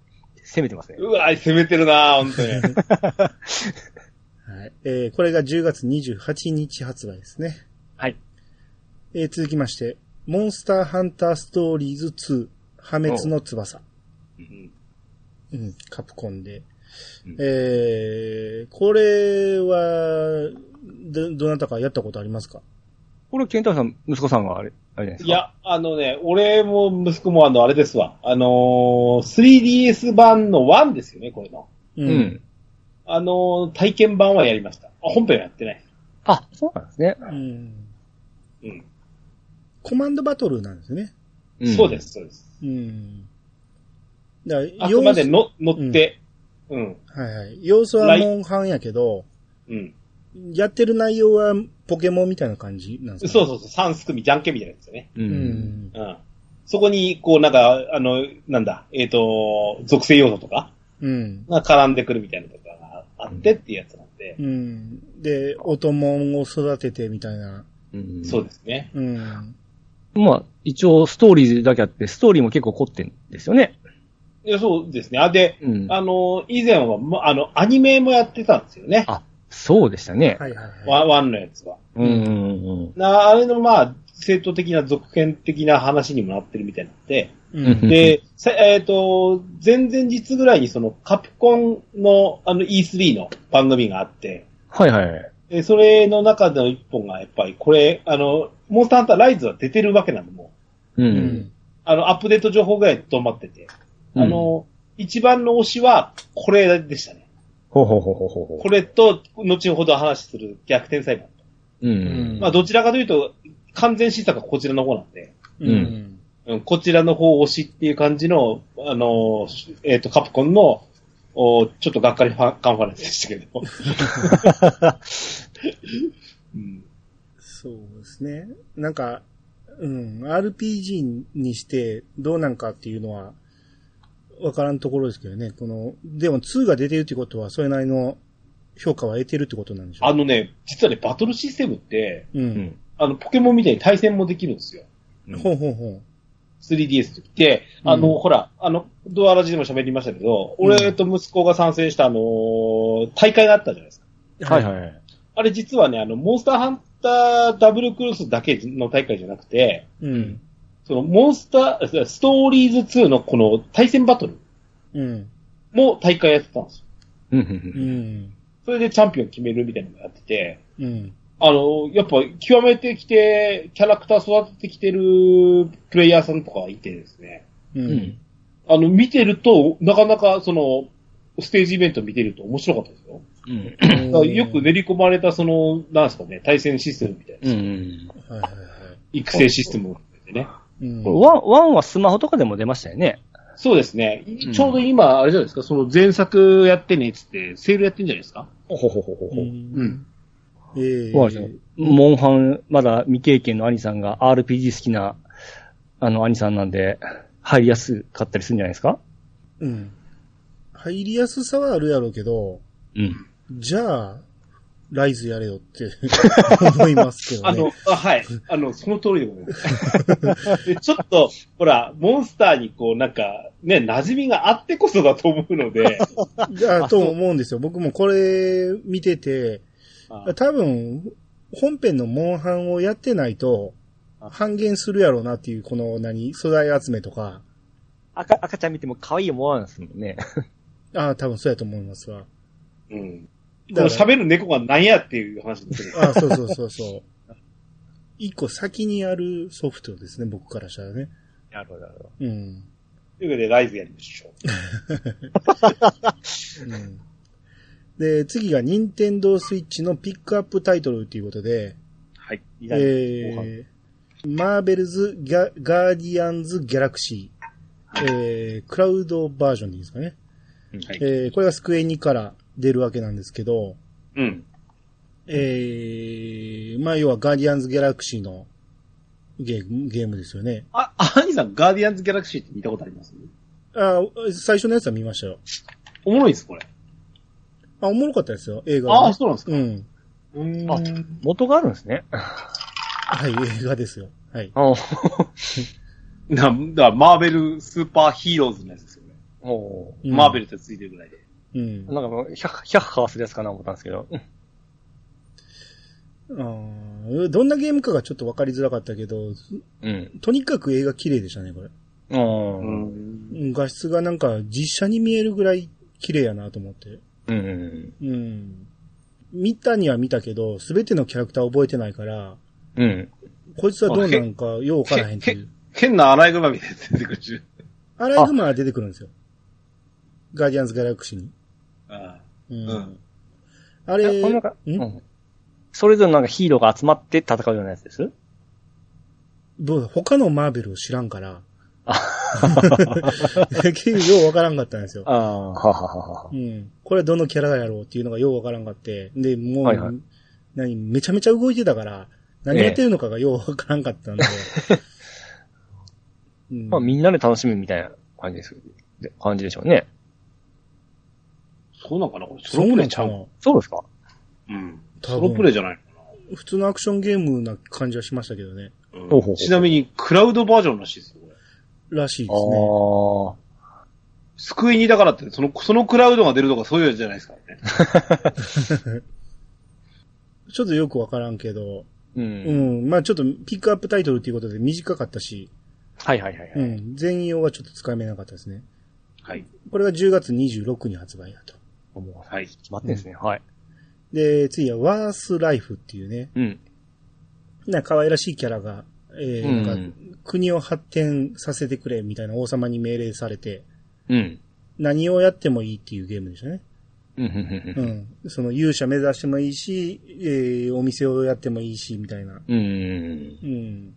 Speaker 2: 攻めてますね。
Speaker 3: うわぁ、攻めてるなぁ、本当に。 *laughs*
Speaker 1: はい。えー、これが10月28日発売ですね。
Speaker 2: はい。
Speaker 1: えー、続きまして、モンスターハンターストーリーズ2、破滅の翼。うん、カプコンで。
Speaker 6: うん
Speaker 1: えー、これは、ど、どなたかやったことありますか
Speaker 2: これ、ケンタロウさん、息子さんがあれ、あれじゃないです
Speaker 3: い
Speaker 2: か。
Speaker 3: や、あのね、俺も息子もあの、あれですわ。あのー、3DS 版の1ですよね、これの。
Speaker 1: う
Speaker 2: うん。。
Speaker 3: あのー、体験版はやりました。あ本編はやってない。
Speaker 2: あ、そうなんですね。
Speaker 1: うん。
Speaker 3: うん。
Speaker 1: コマンドバトルなんですね。
Speaker 2: ん
Speaker 3: そうで。す、そうです。
Speaker 1: うん。だから
Speaker 3: あくまで
Speaker 1: 要
Speaker 3: の乗って、うん、
Speaker 1: 素はいはい。要素はモンハンやけど、
Speaker 3: うん。
Speaker 1: やってる内容はポケモンみたいな感じなんですか
Speaker 3: そうそうそう、三すくみ、じゃんけんみたいなやつよね。
Speaker 2: う
Speaker 1: う。
Speaker 2: ん。
Speaker 1: ん。
Speaker 3: うん。そこに、こう、なんか、あの、なんだ、えっ、と、属性要素とか、
Speaker 1: うん。
Speaker 3: が絡んでくるみたいなとかがあってっていうやつなんで
Speaker 1: う、ん。で、音モンを育ててみたいな。
Speaker 2: うん
Speaker 3: そうですね。
Speaker 1: うん。
Speaker 2: まあ、一応、ストーリーだけあって、ストーリーも結構凝ってんですよね。
Speaker 3: いやそうですね。あ、で、
Speaker 2: うん
Speaker 3: あの、以前は、ま、あの、アニメもやってたんですよね。
Speaker 2: あ、そうでしたね。
Speaker 1: はいはいはい。
Speaker 3: ワンワンのやつは。
Speaker 2: うんうん
Speaker 3: なあれの、まあ、正当的な続編的な話にもなってるみたいなんで、
Speaker 1: うん。
Speaker 3: で、さえっ、と、前々日ぐらいにそのカプコンのあの E3 の番組があって、
Speaker 2: はいはい。
Speaker 3: えそれの中での一本がやっぱりこれ、あの、モンスターハンターライズは出てるわけなんで、もう。
Speaker 2: う
Speaker 1: うんん。
Speaker 3: あの、アップデート情報ぐらいで止まってて。あの、一番の推しは、これでしたね。
Speaker 2: あほうほうほうほうほうほ
Speaker 3: これと、後ほど話する逆転裁判。
Speaker 2: う。う。
Speaker 7: うん
Speaker 3: まあ、どちらかというと、完全審査がこちらの方なんで、
Speaker 2: うん
Speaker 7: うん。
Speaker 3: うん、こちらの方推しっていう感じの、あのー、えっ、と、カプコンの、おちょっとがっかりファンカンファレンスでしたけ
Speaker 1: *laughs*
Speaker 3: ど。うん、
Speaker 1: そうですね。なんか、うん、RPG にしてどうなんかっていうのは、わからんところですけどね。この、でも2が出てるってことは、それなりの評価は得てるってことなんでしょう
Speaker 3: あのね、実はね、バトルシステムって、
Speaker 1: う。
Speaker 2: うんん。
Speaker 3: あの、ポケモンみたいに対戦もできるんですよ。
Speaker 1: ほうほうほう。
Speaker 3: 3DS って言って、あ
Speaker 1: う
Speaker 3: の、
Speaker 1: ん
Speaker 3: ほら、あの、ドアラジでも喋りましたけど、俺と息子が参戦した、あのー大会があったじゃないですか。
Speaker 2: はいはい。
Speaker 3: あれ実はね、あの、モンスターハンターダブルクルースだけの大会じゃなくて、
Speaker 1: うん。
Speaker 3: その、モンスター、ストーリーズ2のこの対戦バトル
Speaker 1: うん。
Speaker 3: も大会やってたんですよ。
Speaker 2: うんう
Speaker 1: うんん。
Speaker 3: それでチャンピオン決めるみたいなのがやってて、
Speaker 1: うん。
Speaker 3: あの、やっぱ極めてきて、キャラクター育ててきてるプレイヤーさんとかいてですね、
Speaker 1: う
Speaker 2: うんん。
Speaker 3: あの、見てると、なかなかその、ステージイベント見てると面白かったですよ。
Speaker 2: うん。
Speaker 3: だからよく。練り込まれたその、なんですかね、対戦システムみたいな、
Speaker 2: うん。
Speaker 1: はいはいは
Speaker 3: 育成システムを含めてね。
Speaker 1: い。うん。
Speaker 2: これワン、ワンはスマホとかでも出ましたよね。
Speaker 3: そうですね
Speaker 2: う。ん
Speaker 3: ちょうど今、あれじゃないですか、その前作やってねっつって、セールやってんじゃないですか
Speaker 2: ほほほほほ
Speaker 1: うん。え
Speaker 2: わかりま
Speaker 1: ー
Speaker 2: し、たモンハン、まだ未経験の兄さんが RPG 好きな、あの、兄さんなんで、入りやすかったりするんじゃないですか
Speaker 1: うん。入りやすさはあるやろうけど、
Speaker 2: うん。
Speaker 1: じゃあ、ライズやれよって *laughs* 思いますけどね。
Speaker 3: あの、あはい。あの、その通りでございます。でちょっと、ほら、モンスターにこう、なんか、ね、馴染みがあってこそだと思うの *laughs* で、
Speaker 1: だと思うんですよ。僕もこれ見てて、
Speaker 3: あ
Speaker 1: 多分、本編のモンハンをやってないと、半減するやろうなっていう、この何、素材集めとか、
Speaker 2: 赤、赤ちゃん見ても可愛い思わないですもんね。
Speaker 1: ああ、多分そうやと思いますわ。
Speaker 3: うん。こ
Speaker 1: だ
Speaker 3: の
Speaker 1: から
Speaker 3: 喋る猫が何やっていう話ですけど。
Speaker 1: ああ、そうそうそうそう。 *laughs* 一個先にあるソフトですね、僕からしたらね。
Speaker 2: *laughs* なるほど、なるほど。
Speaker 1: うん。
Speaker 3: ということで、ライズやりましょう。
Speaker 1: うん、で、次が、任天堂スイッチのピックアップタイトルということで、
Speaker 3: はい。いらない後半
Speaker 1: えー、マーベルズ・ギャガーディアンズ・ギャラクシー、えー、クラウドバージョンでいいですかね。
Speaker 3: はい
Speaker 1: えー、これがスクエニから出るわけなんですけど、
Speaker 3: うん。
Speaker 1: えー、まあ要はガーディアンズ・ギャラクシーのゲームゲームですよね。
Speaker 3: あ、あ、兄さん、ガーディアンズ・ギャラクシーって見たことあります
Speaker 1: あー最初のやつは見ましたよ。
Speaker 3: おもろいです、これ。
Speaker 1: あ、おもろかったですよ、映画は
Speaker 3: あ
Speaker 1: ね、
Speaker 3: あ、そうなんですか。
Speaker 1: うん。
Speaker 3: うん
Speaker 2: あ元があるんです *laughs* ね。
Speaker 1: はい、映画ですよ。はい。
Speaker 2: ああ。
Speaker 3: な、だからマーベルスーパーヒーローズのやつですよね。
Speaker 2: お
Speaker 1: うん
Speaker 3: マーベルってついてるぐらいで。
Speaker 1: うん。
Speaker 2: なんかもう、100、100ハースですかな思ったんですけど。
Speaker 1: あーどんなゲームかがちょっとわかりづらかったけど、
Speaker 2: うん。
Speaker 1: とにかく映画綺麗でしたね、これ。
Speaker 2: うん。
Speaker 1: うん画質がなんか実写に見えるぐらい綺麗やなと思って。
Speaker 2: うん。
Speaker 1: うん。見たには見たけど、すべてのキャラクター覚えてないから、
Speaker 2: うん。
Speaker 1: こいつはどうなんかようわからへんっていう。
Speaker 3: 変なアライグマみたいなやつ出てくるし。
Speaker 1: アライグマは出てくるんですよ。ガーディアンズ・ギャラクシーに。
Speaker 3: あ
Speaker 1: う
Speaker 3: あ
Speaker 1: ん。
Speaker 3: うん。
Speaker 1: あ
Speaker 2: え
Speaker 1: れ、
Speaker 2: これなんか、
Speaker 1: ん
Speaker 2: うんそれぞれなんかヒーローが集まって戦うようなやつです
Speaker 1: どうだ他のマーベルを知らんから、 *laughs* 結局ようわからんかったんですよ。
Speaker 2: ああ、はははは
Speaker 1: う。ん。これはどのキャラやろうっていうのがようわからんかって。で、もう、
Speaker 2: はいはい
Speaker 1: 何、めちゃめちゃ動いてたから、何やってるのかがようわからんかったんで。うん
Speaker 2: まあみんなで楽しむみたいな感じです。で感じでしょうね。
Speaker 3: そうなんかなこれ、ソ
Speaker 1: そう
Speaker 3: ロプ
Speaker 1: な
Speaker 3: レ
Speaker 1: ん
Speaker 3: イちゃ
Speaker 1: かな
Speaker 3: う。
Speaker 2: そうですか
Speaker 3: うん。
Speaker 1: 多
Speaker 3: ソ
Speaker 1: 分
Speaker 3: ロプレイじゃない
Speaker 1: 普通のアクションゲームな感じはしましたけどね。
Speaker 2: ほ
Speaker 3: の
Speaker 2: うほう
Speaker 3: か
Speaker 2: ほ
Speaker 3: な。
Speaker 2: う
Speaker 3: ちなみに、クラウドバージョンらしいですよ、これ。
Speaker 1: らしい
Speaker 2: あ
Speaker 1: ですね。
Speaker 2: あ。
Speaker 3: 救いにだからって、その、そのクラウドが出るとかそういうやつじゃないですからね。
Speaker 1: ちょっとよくわからんけど、う
Speaker 2: う。
Speaker 1: んん、まあちょっとピックアップタイトルっていうことで短かったし、
Speaker 2: はいはいはいは
Speaker 1: う
Speaker 2: い。
Speaker 1: ん、全容はちょっとつかめなかったですね。
Speaker 3: はい。
Speaker 1: これが10月26に発売だと。
Speaker 2: も
Speaker 3: はい。
Speaker 2: う決まってんですね。はい。
Speaker 1: で、次はワースライフっていうね、
Speaker 2: うん。
Speaker 1: なんか可愛らしいキャラが、えー
Speaker 2: うん
Speaker 1: なんか国を発展させてくれみたいな王様に命令されて、
Speaker 2: うん。
Speaker 1: 何をやってもいいっていうゲームでしたね。
Speaker 2: うんうんうん
Speaker 1: うん。その勇者目指してもいいし、えー、お店をやってもいいし、みたいな。
Speaker 2: うんうん
Speaker 1: うん。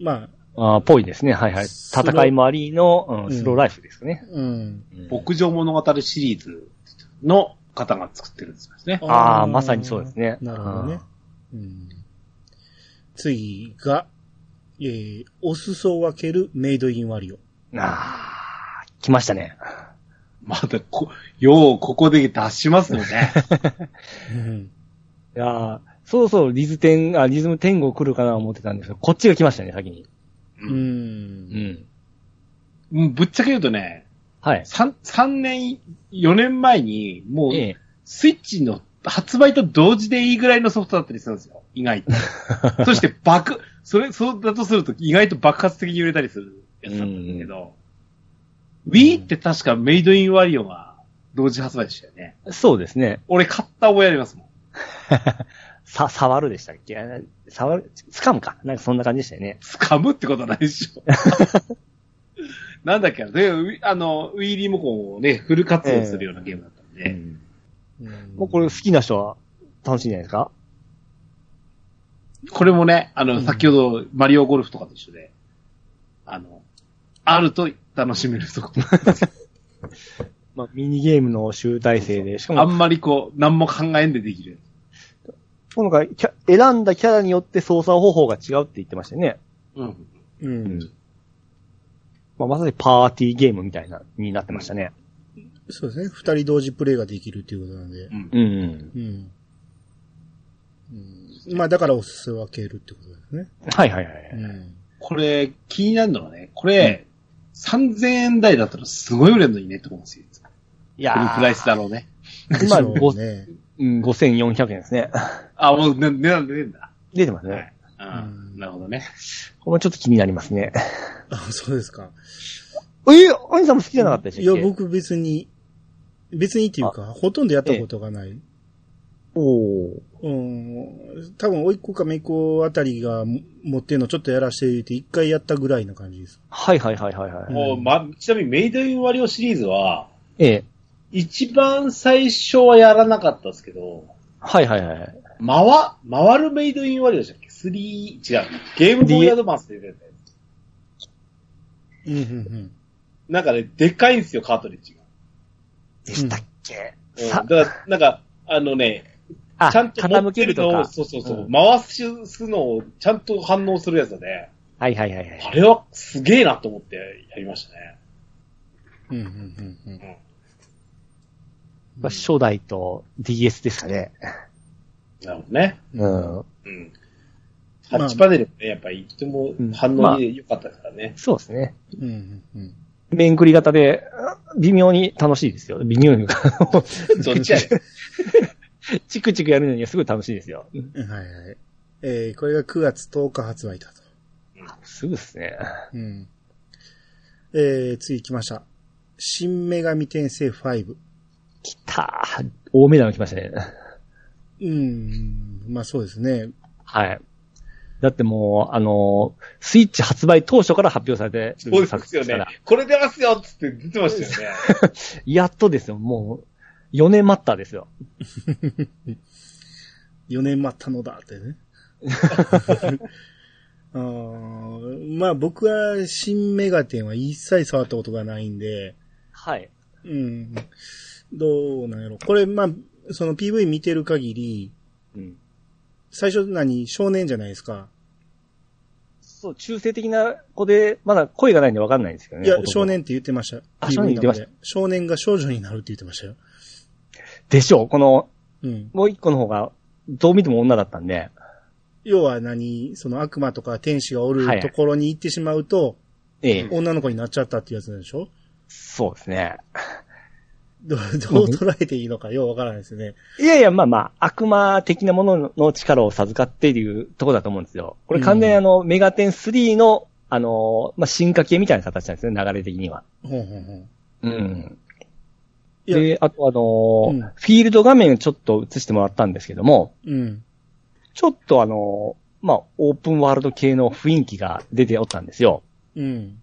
Speaker 1: まあ、
Speaker 2: ああ、ぽいですね。はいはい。
Speaker 1: スロー
Speaker 2: 戦いもありの、うんスローライフですね。
Speaker 1: うん。
Speaker 3: 牧場物語シリーズの方が作ってるんですね。
Speaker 2: ああ、まさにそうです
Speaker 1: ね。
Speaker 2: ね。
Speaker 1: なるほどね。うん。次が、えー、お裾を分けるメイドインワリオ。
Speaker 2: うん。ああ、来ましたね。
Speaker 3: まだこ、ようここで出しますよね。
Speaker 1: うん。
Speaker 2: いやーそろそろリズ天、あ、リズム天国来るかな思ってたんですけど、こっちが来ましたね、先に。
Speaker 1: う。
Speaker 2: うんん。
Speaker 3: うんぶっちゃけ言うとね、
Speaker 2: はい。
Speaker 3: 3、三年、4年前に、もう、
Speaker 2: ええ。
Speaker 3: スイッチの発売と同時でいいぐらいのソフトだったりするんですよ。意外と。 *laughs* そして爆、それ、そうだとすると意外と爆発的に売れたりするやつなんだけど、Wii って確かメイドインワリオが同時発売でしたよね。
Speaker 2: そうですね。
Speaker 3: 俺買った覚えありますもん。
Speaker 2: さ、触るでしたっけあ触る、掴むか。なんかそんな感じでしたよね。
Speaker 3: 掴むってことないでしょ。なんだっけなで、ウィあの、ウィーリモコンをね、フル活用するようなゲームだったんで、
Speaker 1: うん
Speaker 2: もうこれ好きな人は楽しいんじゃないですか
Speaker 3: これもね、あ
Speaker 1: う
Speaker 3: の、
Speaker 1: ん
Speaker 3: 先ほどマリオゴルフとかと一緒で、あの、あると楽しめるとこ。
Speaker 2: まあ、ミニゲームの集大成で、しか
Speaker 3: あ
Speaker 2: も、
Speaker 3: んまりこう、何も考えんでできる。
Speaker 2: このかキャ選んだキャラによって操作方法が違うって言ってましたよね。
Speaker 3: うん。
Speaker 1: うん。
Speaker 2: まあ、まさにパーティーゲームみたいな、になってましたね。
Speaker 1: そうですね。二人同時プレイができるっていうことなんで。
Speaker 3: うん。
Speaker 2: うん。
Speaker 1: うん。うん、まあ、だからお裾分けるってことですね。
Speaker 2: はいはいはい。
Speaker 1: うん。
Speaker 3: これ、気になるのはね、これ、3000円台だったらすごい売れるのにねって思うんですよ。
Speaker 2: いや
Speaker 3: この
Speaker 2: ー
Speaker 3: プライスだろうね。
Speaker 2: 今
Speaker 1: でしょうね、
Speaker 2: うん、5400円ですね。
Speaker 3: あ、もう、ね、値段出てんだ。
Speaker 2: *laughs* 出てます
Speaker 3: は
Speaker 2: ね
Speaker 3: い。うん。なるほどね。
Speaker 2: これもちょっと気になりますね。
Speaker 1: あ、そうですか。
Speaker 2: えお兄さんも好きじゃなかったでした
Speaker 1: い
Speaker 2: っ
Speaker 1: や、
Speaker 2: け
Speaker 1: 僕別に、別にっていうか、ほとんどやったことがない。
Speaker 2: おー
Speaker 1: うん。多分、甥っ子か姪っ子あたりがも持ってるのちょっとやらしてって、一回やったぐらいな感じです。
Speaker 2: はいはいはいはいはい。
Speaker 4: もう、ま、ちなみにメイドインワリオシリーズは、
Speaker 2: ええ。
Speaker 4: 一番最初はやらなかったですけど、
Speaker 2: はいはいはい。
Speaker 4: 回、回るメイドインワリオでしたっけ ?3、違う。ゲームボーイアドバンスで出てたやつ
Speaker 1: うん、うん、
Speaker 4: なんかね、でっかいんですよ、カートリッジが。
Speaker 2: でしたっけ、
Speaker 4: うん、
Speaker 2: さ
Speaker 4: だ、から、なんか、あのね、
Speaker 2: あ、
Speaker 4: ちゃんと持
Speaker 2: 傾
Speaker 4: っ
Speaker 2: け
Speaker 4: て
Speaker 2: る
Speaker 4: る
Speaker 2: と
Speaker 4: のを、
Speaker 2: か。
Speaker 4: そうそうそう、
Speaker 2: うん
Speaker 4: 回すのをちゃんと反応するやつだね。
Speaker 2: はいはいはいはい。
Speaker 4: あれはすげえなと思ってやりましたね。
Speaker 1: うん。うん、うん、うん。
Speaker 2: まあ初代と DS ですかね。
Speaker 4: なるほどね。
Speaker 2: うん。
Speaker 4: うん。タ
Speaker 1: ま
Speaker 4: ッ
Speaker 1: あ
Speaker 4: チパネルもね、やっぱりとても反
Speaker 2: まあ
Speaker 4: 応に良かったですからね。
Speaker 2: そうですね。
Speaker 1: うん、うん、うん。
Speaker 2: 面繰り型で、うん微妙に楽しいですよ。微妙に。
Speaker 4: *laughs*
Speaker 2: *laughs*
Speaker 4: どっちやねん。
Speaker 2: チクチクやるのにはすごい楽しいですよ。
Speaker 1: はいはい。えー、これが9月10日発売だと。
Speaker 2: すぐっすね。
Speaker 1: うん。えー、次行きました。新女神転生5。
Speaker 2: きたー。大目玉来ましたね。
Speaker 1: うん。まあそうですね。
Speaker 2: はい。だってもう、あのースイッチ発売当初から発表されて
Speaker 4: そう
Speaker 2: る
Speaker 4: で
Speaker 2: 作
Speaker 4: す
Speaker 2: 品で
Speaker 4: よ
Speaker 2: すから
Speaker 4: ね。。これ出ますよっつって出てましたよね。
Speaker 2: やっとですよ、もう。4年待ったですよ。
Speaker 1: 4年待ったのだって
Speaker 2: *laughs*
Speaker 1: ね。あーまあ僕は新メガテンは一切触ったことがないんで、
Speaker 2: はい。
Speaker 1: うん。どうなんやろ。これまあ、その PV 見てる限り、
Speaker 2: うん。
Speaker 1: 最初何少年じゃないですか。
Speaker 2: そう、中性的な子で、まだ声がないんでわかんないんですけどね。
Speaker 1: いや、
Speaker 2: 男
Speaker 1: 少。年って言ってました。
Speaker 2: あ少年言ってました
Speaker 1: た。少年が少女になるって言ってましたよ。
Speaker 2: でしょう、この、
Speaker 1: うん。
Speaker 2: もう一個の方が、どう見ても女だったんで。
Speaker 1: 要は何その悪魔とか天使がおる
Speaker 2: はい
Speaker 1: ところに行ってしまうと、
Speaker 2: ええ、
Speaker 1: 女の子になっちゃったっていうやつなんでしょ
Speaker 2: そうですね。
Speaker 1: どうどう捉えていいのかようわからないですね。
Speaker 2: いやいや、まあまあ、悪魔的なものの力を授かっているところだと思うんですよ。これ完全にあの、メガテン3の、あのー、まあ、進化系みたいな形なんですね、流れ的には。
Speaker 1: ほんほんほん。
Speaker 2: うん。
Speaker 1: いや
Speaker 2: で、あとあのー
Speaker 1: うん
Speaker 2: フィールド画面ちょっと映してもらったんですけども、
Speaker 1: うん。
Speaker 2: ちょっとあのーまあ、オープンワールド系の雰囲気が出ておったんですよ。
Speaker 1: うん。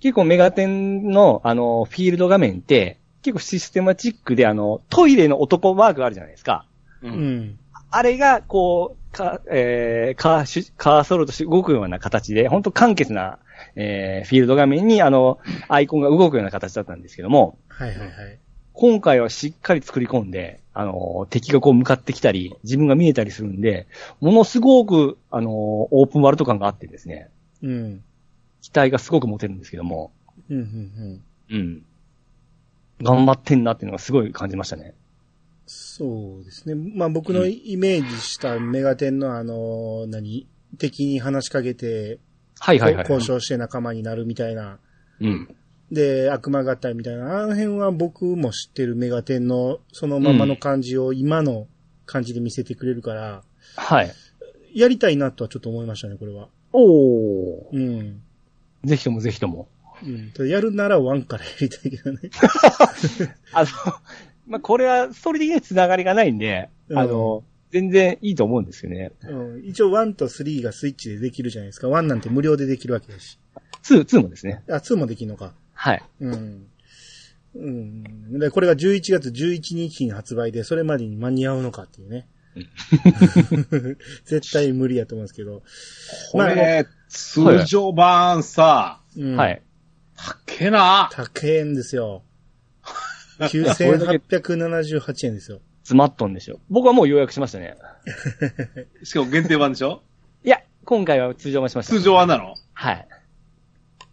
Speaker 2: 結構メガテンの、あのーフィールド画面って、結構システマチックで、あの、トイレの男マークあるじゃないですか。
Speaker 4: う。
Speaker 1: うんん。
Speaker 2: あれが、こう、か、えー、カーシュ、カーソルとして動くような形で、本当簡潔な、えー、フィールド画面に、あの、アイコンが動くような形だったんですけども、
Speaker 1: はいはいはい。
Speaker 2: 今回はしっかり作り込んで、あの、敵がこう向かってきたり、自分が見えたりするんで、ものすごく、あの、オープンワールド感があってですね、
Speaker 1: うん。
Speaker 2: 期待がすごく持てるんですけども、
Speaker 1: うん、うん、うん。
Speaker 2: うん。頑張ってんなっていうのがすごい感じましたね。
Speaker 1: そうですね。まあ僕のイメージしたメガテンのあの、何敵に話しかけて、
Speaker 2: はいはいはい。
Speaker 1: 交渉して仲間になるみたいな。
Speaker 2: うん。
Speaker 1: で、悪魔合体みたいな。あの辺は僕も知ってるメガテンのそのままの感じを今の感じで見せてくれるから、
Speaker 2: はい。
Speaker 1: やりたいなとはちょっと思いましたね、これは。
Speaker 2: おー。
Speaker 1: うん。
Speaker 2: ぜひともぜひとも。
Speaker 1: うん。ただやるならワンからやりたいけど
Speaker 3: *laughs*
Speaker 1: ね。
Speaker 2: あの、まあ、これは、ストーリー的には繋がりがないんで、
Speaker 1: うん
Speaker 2: あの、全然いいと思うんですよね。
Speaker 1: うん。一応1と3がスイッチでできるじゃないですか。1なんて無料でできるわけだし。
Speaker 2: 2、2もですね。
Speaker 1: あ、2もできるのか。
Speaker 2: はい。
Speaker 1: うん。うん。で、これが11月11日に発売で、それまでに間に合うのかっていうね。 *laughs* 絶対無理やと思うんですけど。
Speaker 3: これ、通常版さ、
Speaker 1: うん、
Speaker 2: はい。。
Speaker 3: たっけな。
Speaker 1: 高えんですよ。9878円ですよ。
Speaker 2: 詰まっとんでしょ。僕はもう予約しましたね。
Speaker 3: しかも限定版でしょ
Speaker 2: いや、今回は通常版しました。
Speaker 3: 通常版なの
Speaker 2: はい。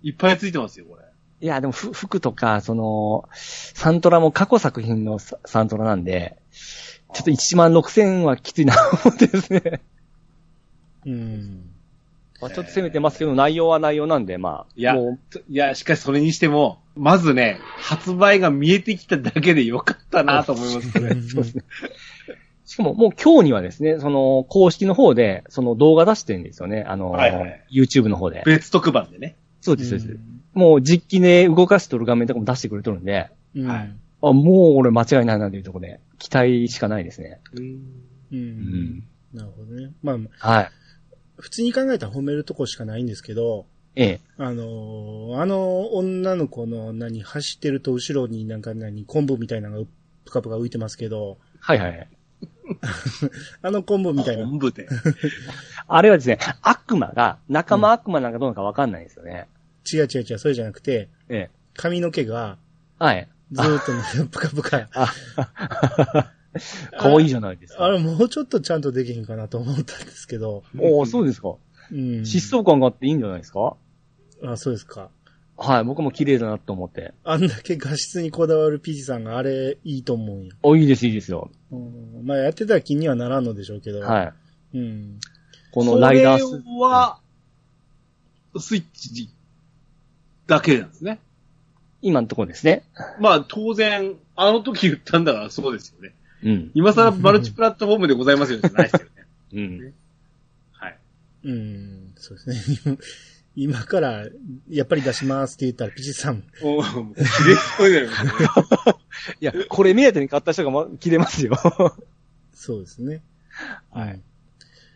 Speaker 3: いっぱいついてますよ、これ。
Speaker 2: いや、でも、ふ服とか、その、サントラも過去作品のササントラなんで、ちょっと1万6000はきついなと思ってですね。
Speaker 1: うん。
Speaker 2: まあちょっと攻めてますけど、内容は内容なんで、まあ、
Speaker 3: いや
Speaker 2: もう、
Speaker 3: いや、しかしそれにしても、まずね、発売が見えてきただけでよかったなと思いますね。
Speaker 2: そうですね。しかも、もう今日にはですね、その、公式の方で、その動画出してるんですよね。あの、
Speaker 3: はいはい
Speaker 2: YouTube の方で。
Speaker 3: 別特番でね。
Speaker 2: そうです、そうです。もう実機で動かしとる画面とかも出してくれとるんで、
Speaker 1: うん。
Speaker 3: は
Speaker 2: あ、もう俺間違いないなというところで、期待しかないですね。
Speaker 1: う。
Speaker 2: うんん。
Speaker 1: なるほどね。まあ、
Speaker 2: はい。
Speaker 1: 普通に考えたら褒めるとこしかないんですけど、
Speaker 2: ええ。
Speaker 1: あのーあの女の子の何、走ってると後ろになんか何、昆布みたいなのがぷかぷか浮いてますけど、
Speaker 2: はいはいはい。
Speaker 1: あの昆布みたいな、
Speaker 3: 本部で。
Speaker 2: あれはですね、悪魔が、仲間悪魔なんかどうなのかわかんないですよね。
Speaker 1: 違う違う違う、それじゃなくて、
Speaker 2: ええ。
Speaker 1: 髪の毛が
Speaker 2: はい。 *laughs*
Speaker 1: ずーっとねぷかぷか。
Speaker 2: あ、かわいいじゃないです
Speaker 1: あ
Speaker 2: か。
Speaker 1: れもうちょっとちゃんとできへんかなと思ったんですけど、
Speaker 2: おおそうですか。
Speaker 1: うん。
Speaker 2: 疾走感があっていいんじゃないですか
Speaker 1: あ、そうですか。
Speaker 2: はい、僕も綺麗だなと思って。
Speaker 1: あんだけ画質にこだわるピジさんがあれいいと思うんや。
Speaker 2: お、いいです、いいですよ。
Speaker 1: うん、まあやってたら気にはならんのでしょうけど。
Speaker 2: はい。
Speaker 1: い。うん。
Speaker 2: このライダース
Speaker 3: それ、は、スイッチだけなんですね。
Speaker 2: 今のところですね。
Speaker 3: まあ当然、あの時言ったんだからそうですよね。
Speaker 2: うん。
Speaker 3: 今更マルチプラットフォームでございますよじゃないですよね。
Speaker 2: うん。
Speaker 3: はい。
Speaker 1: うん、そうですね。 *laughs* 今から、やっぱり出しますって言ったら、ピチさん、
Speaker 3: おーもう、切れそうだよね。
Speaker 2: いや、これ目当てに買った人がま切れますよ。
Speaker 1: そうですね。
Speaker 2: はい。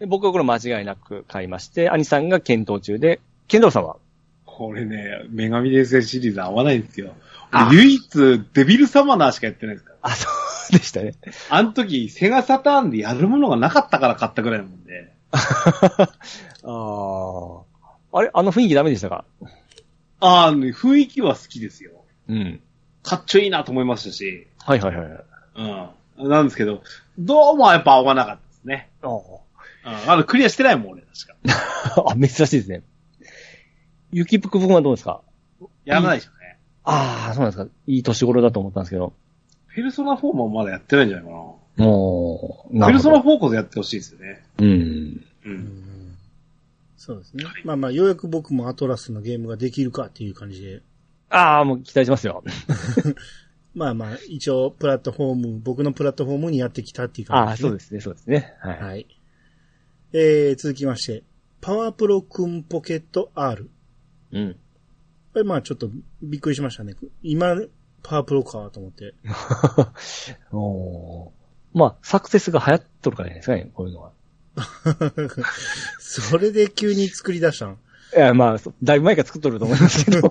Speaker 2: で *laughs* 僕はこれ間違いなく買いまして、兄さんが検討中で、剣道さんは
Speaker 3: これね、女神伝説シリーズ合わないんですよ。
Speaker 2: あ
Speaker 3: 俺唯一、デビルサマナーしかやってないですから。
Speaker 2: あ、そうで *laughs* したね。
Speaker 3: あの時、セガサターンでやるものがなかったから買ったぐらいなもんで。
Speaker 2: ああ。あれあの雰囲気ダメでしたか
Speaker 3: ああ、ね雰囲気は好きですよ。
Speaker 2: うん。
Speaker 3: かっちょいいなと思いましたし。
Speaker 2: はいはいはい。
Speaker 3: うん。なんですけど、どうもやっぱ合わなかったですね。
Speaker 2: あ
Speaker 3: うん。あの、クリアしてないもん、俺、確
Speaker 2: *laughs*
Speaker 3: か。
Speaker 2: あ、珍しいですね。雪ぷくぷくんはどうですか
Speaker 3: やらないでしょうね。
Speaker 2: ああ、そうなんですか。いい年頃だと思ったんですけど。
Speaker 3: ペルソナ4もまだやってないんじゃないかな。
Speaker 2: もう、な
Speaker 3: ペ
Speaker 2: るほ
Speaker 3: ルソ
Speaker 2: ど
Speaker 3: ナ4こそやってほしいですよね。
Speaker 2: うん。
Speaker 3: う。
Speaker 1: うんん、そうですね。まあまあ、ようやく僕もアトラスのゲームができるかっていう感じで。
Speaker 2: ああ、もう期待しますよ。
Speaker 1: まあまあ、一応、プラットフォーム、僕のプラットフォームにやってきたっていう感
Speaker 2: ああ、
Speaker 1: じです、ね。
Speaker 2: そうですね、そうですね。はい。
Speaker 1: はい。えー、続きまして、パワープロくんポケット R。
Speaker 2: うん。
Speaker 1: これまあちょっとびっくりしましたね。今、パワープロかと思
Speaker 2: *laughs*
Speaker 1: って。
Speaker 2: *laughs* おーまあ、サクセスが流行っとるからじゃないですかね、こういうのは。 *laughs*
Speaker 1: それで急に作り出したん
Speaker 2: いや、まあ、そだいぶ前から作っとると思いますけ *laughs* ど。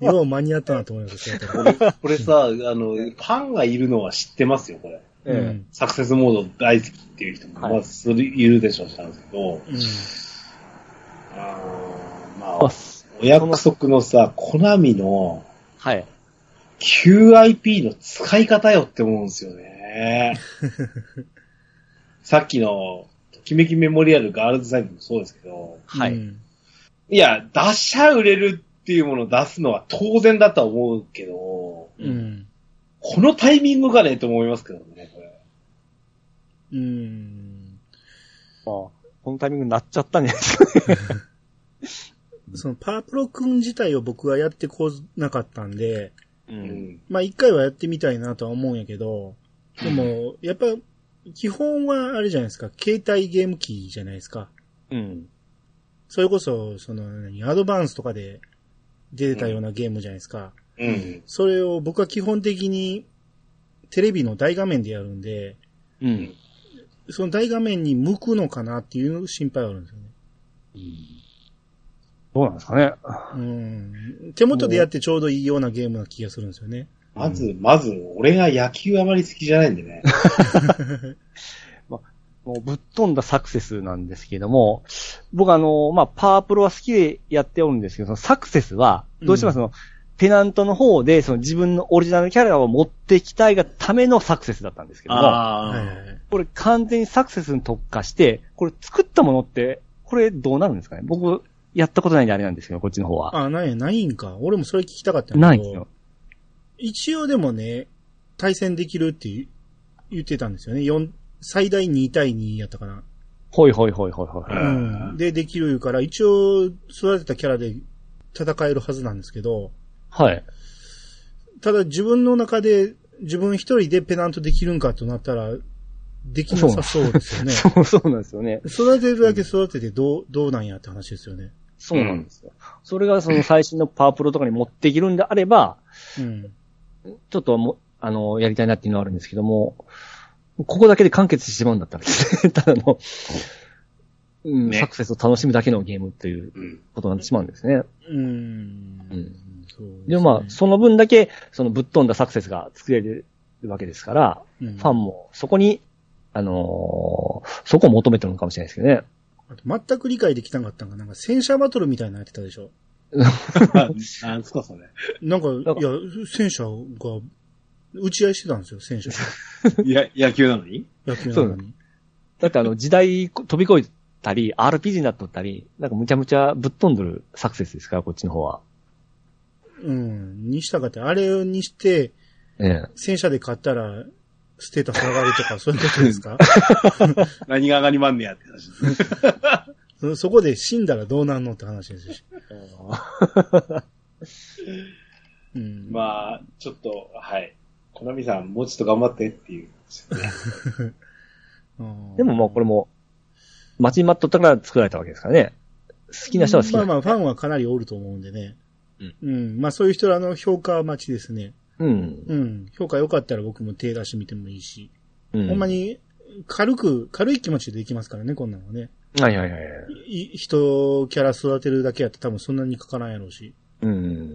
Speaker 1: よう間に合ったなと思いますよ。
Speaker 3: 俺、これさ、あの、ファンがいるのは知ってますよ、これ。
Speaker 1: う
Speaker 2: ええ
Speaker 1: ん。
Speaker 3: サクセスモード大好きっていう人も、
Speaker 2: はい
Speaker 3: まあ、それいるでしょうしたんですけど、
Speaker 1: うん
Speaker 3: あーま
Speaker 2: あ
Speaker 3: あ、お約束のさ、コナミの
Speaker 2: はい。
Speaker 3: QIP の使い方よって思うんです
Speaker 8: *laughs*
Speaker 3: よね。さっきの、ときめきメモリアルガールズサイドもそうですけど、
Speaker 2: はい。
Speaker 1: うん
Speaker 3: いや、出しゃ売れるっていうものを出すのは当然だとは思うけど、
Speaker 1: うん。
Speaker 3: このタイミングがね、と思いますけどね、これ。
Speaker 1: うん。
Speaker 2: まあ、このタイミングになっちゃったんじゃないですかね。
Speaker 1: そのパワープロ君自体を僕はやってこなかったんで、
Speaker 2: う。
Speaker 3: うんん。
Speaker 1: まあ一回はやってみたいなとは思うんやけど、でも、やっぱ、基本はあれじゃないですか、携帯ゲーム機じゃないですか。
Speaker 2: うん。
Speaker 1: それこそ、その、何アドバンスとかで出てたようなゲームじゃないですか。
Speaker 3: うん。
Speaker 1: それを僕は基本的にテレビの大画面でやるんで、
Speaker 2: うん。
Speaker 1: その大画面に向くのかなっていう心配はあるんですよね。
Speaker 2: どうなんですかね。
Speaker 1: うん。手元でやってちょうどいいようなゲームな気がするんですよね。
Speaker 3: まず、まず、俺が野球あまり好きじゃないんでね。
Speaker 2: もうぶっ飛んだサクセスなんですけども、僕あの、まあ、パワープロは好きでやっておるんですけど、そのサクセスは、どうしてもその、ペナントの方で、その自分のオリジナルキャラを持っていきたいがためのサクセスだったんですけども、
Speaker 8: あ
Speaker 1: はいは
Speaker 8: ー
Speaker 1: いはい。
Speaker 2: これ完全にサクセスに特化して、これ作ったものって、これどうなるんですかね僕、やったことないんであれなんですけど、こっちの方は。
Speaker 1: あ、ない、ないんか。俺もそれ聞きたかったん
Speaker 2: な
Speaker 1: だ
Speaker 2: い
Speaker 1: け
Speaker 2: ん
Speaker 1: ど
Speaker 2: ですよ。
Speaker 1: 一応でもね、対戦できるって言う言ってたんですよね。四最大2対2やったかな。
Speaker 2: ほいほいほいほいほい。
Speaker 3: うん
Speaker 1: うん。で、できるいうから、一応育てたキャラで戦えるはずなんですけど、
Speaker 2: はい。
Speaker 1: ただ自分の中で、自分一人でペナントできるんかとなったら、できなさそうですよね。
Speaker 2: そう、そうなんですよね。
Speaker 1: 育てるだけ育ててどう、どうなんやって話ですよね。
Speaker 2: そうなんですよ。それがその最新のパワープロとかに持っていけるんであれば、
Speaker 1: うん。
Speaker 2: ちょっともう、あの、やりたいなっていうのはあるんですけども、ここだけで完結してしまうんだったらですね、た *laughs* だの、うん、
Speaker 3: ね
Speaker 2: サクセスを楽しむだけのゲームという
Speaker 3: うん。
Speaker 2: ことになってしまうんですね。
Speaker 1: うん。
Speaker 2: うん
Speaker 1: そうすね
Speaker 2: でもまあ、その分だけ、そのぶっ飛んだサクセスが作れるわけですから、
Speaker 1: うん
Speaker 2: ファンもそこに、あのーそこを求めてるのかもしれないですけどね。
Speaker 1: あと全く理解できなかったんが、なんか戦車バトルみたいなのやってたでしょ。
Speaker 3: なんすか、それ。
Speaker 8: *laughs*
Speaker 1: なんか、
Speaker 2: なんか
Speaker 1: いや、戦車が打ち合いしてたんですよ、
Speaker 2: *laughs*
Speaker 1: 戦車。
Speaker 8: や、野球なのに
Speaker 1: 野球なのに。
Speaker 2: だってあの、時代飛び越えたり、RPG になっとったり、なんかむちゃむちゃぶっ飛んどるサクセスですから、こっちの方は。
Speaker 1: うん。にしたかって、あれにして、
Speaker 2: ええ。
Speaker 1: 戦車で買ったら、ステータス上がるとか、そういうことですか
Speaker 8: 何が上がりまんねやって話。
Speaker 1: そそこで死んだらどうなんのって話です
Speaker 2: *laughs*
Speaker 1: し。うん。
Speaker 3: まあ、ちょっと、はい。コナミさん、もうちょっと頑張ってっていう。
Speaker 1: うん
Speaker 2: でももうこれも、待ちに待っとったから作られたわけですからね。好きな人は好きな
Speaker 1: まあ
Speaker 2: 人。
Speaker 1: まあ、ファンはかなりおると思うんでね。
Speaker 2: うん。
Speaker 1: まあそういう人らの評価待ちですね。
Speaker 2: うん。
Speaker 1: うん。評価良かったら僕も手出してみてもいいし。
Speaker 2: うん。
Speaker 1: ほんま。に、軽く、軽い気持ちでできますからね、こんなのね。
Speaker 2: はいはいはい。
Speaker 1: い人、キャラ育てるだけやって多分そんなにかからんやろうし。
Speaker 2: うん。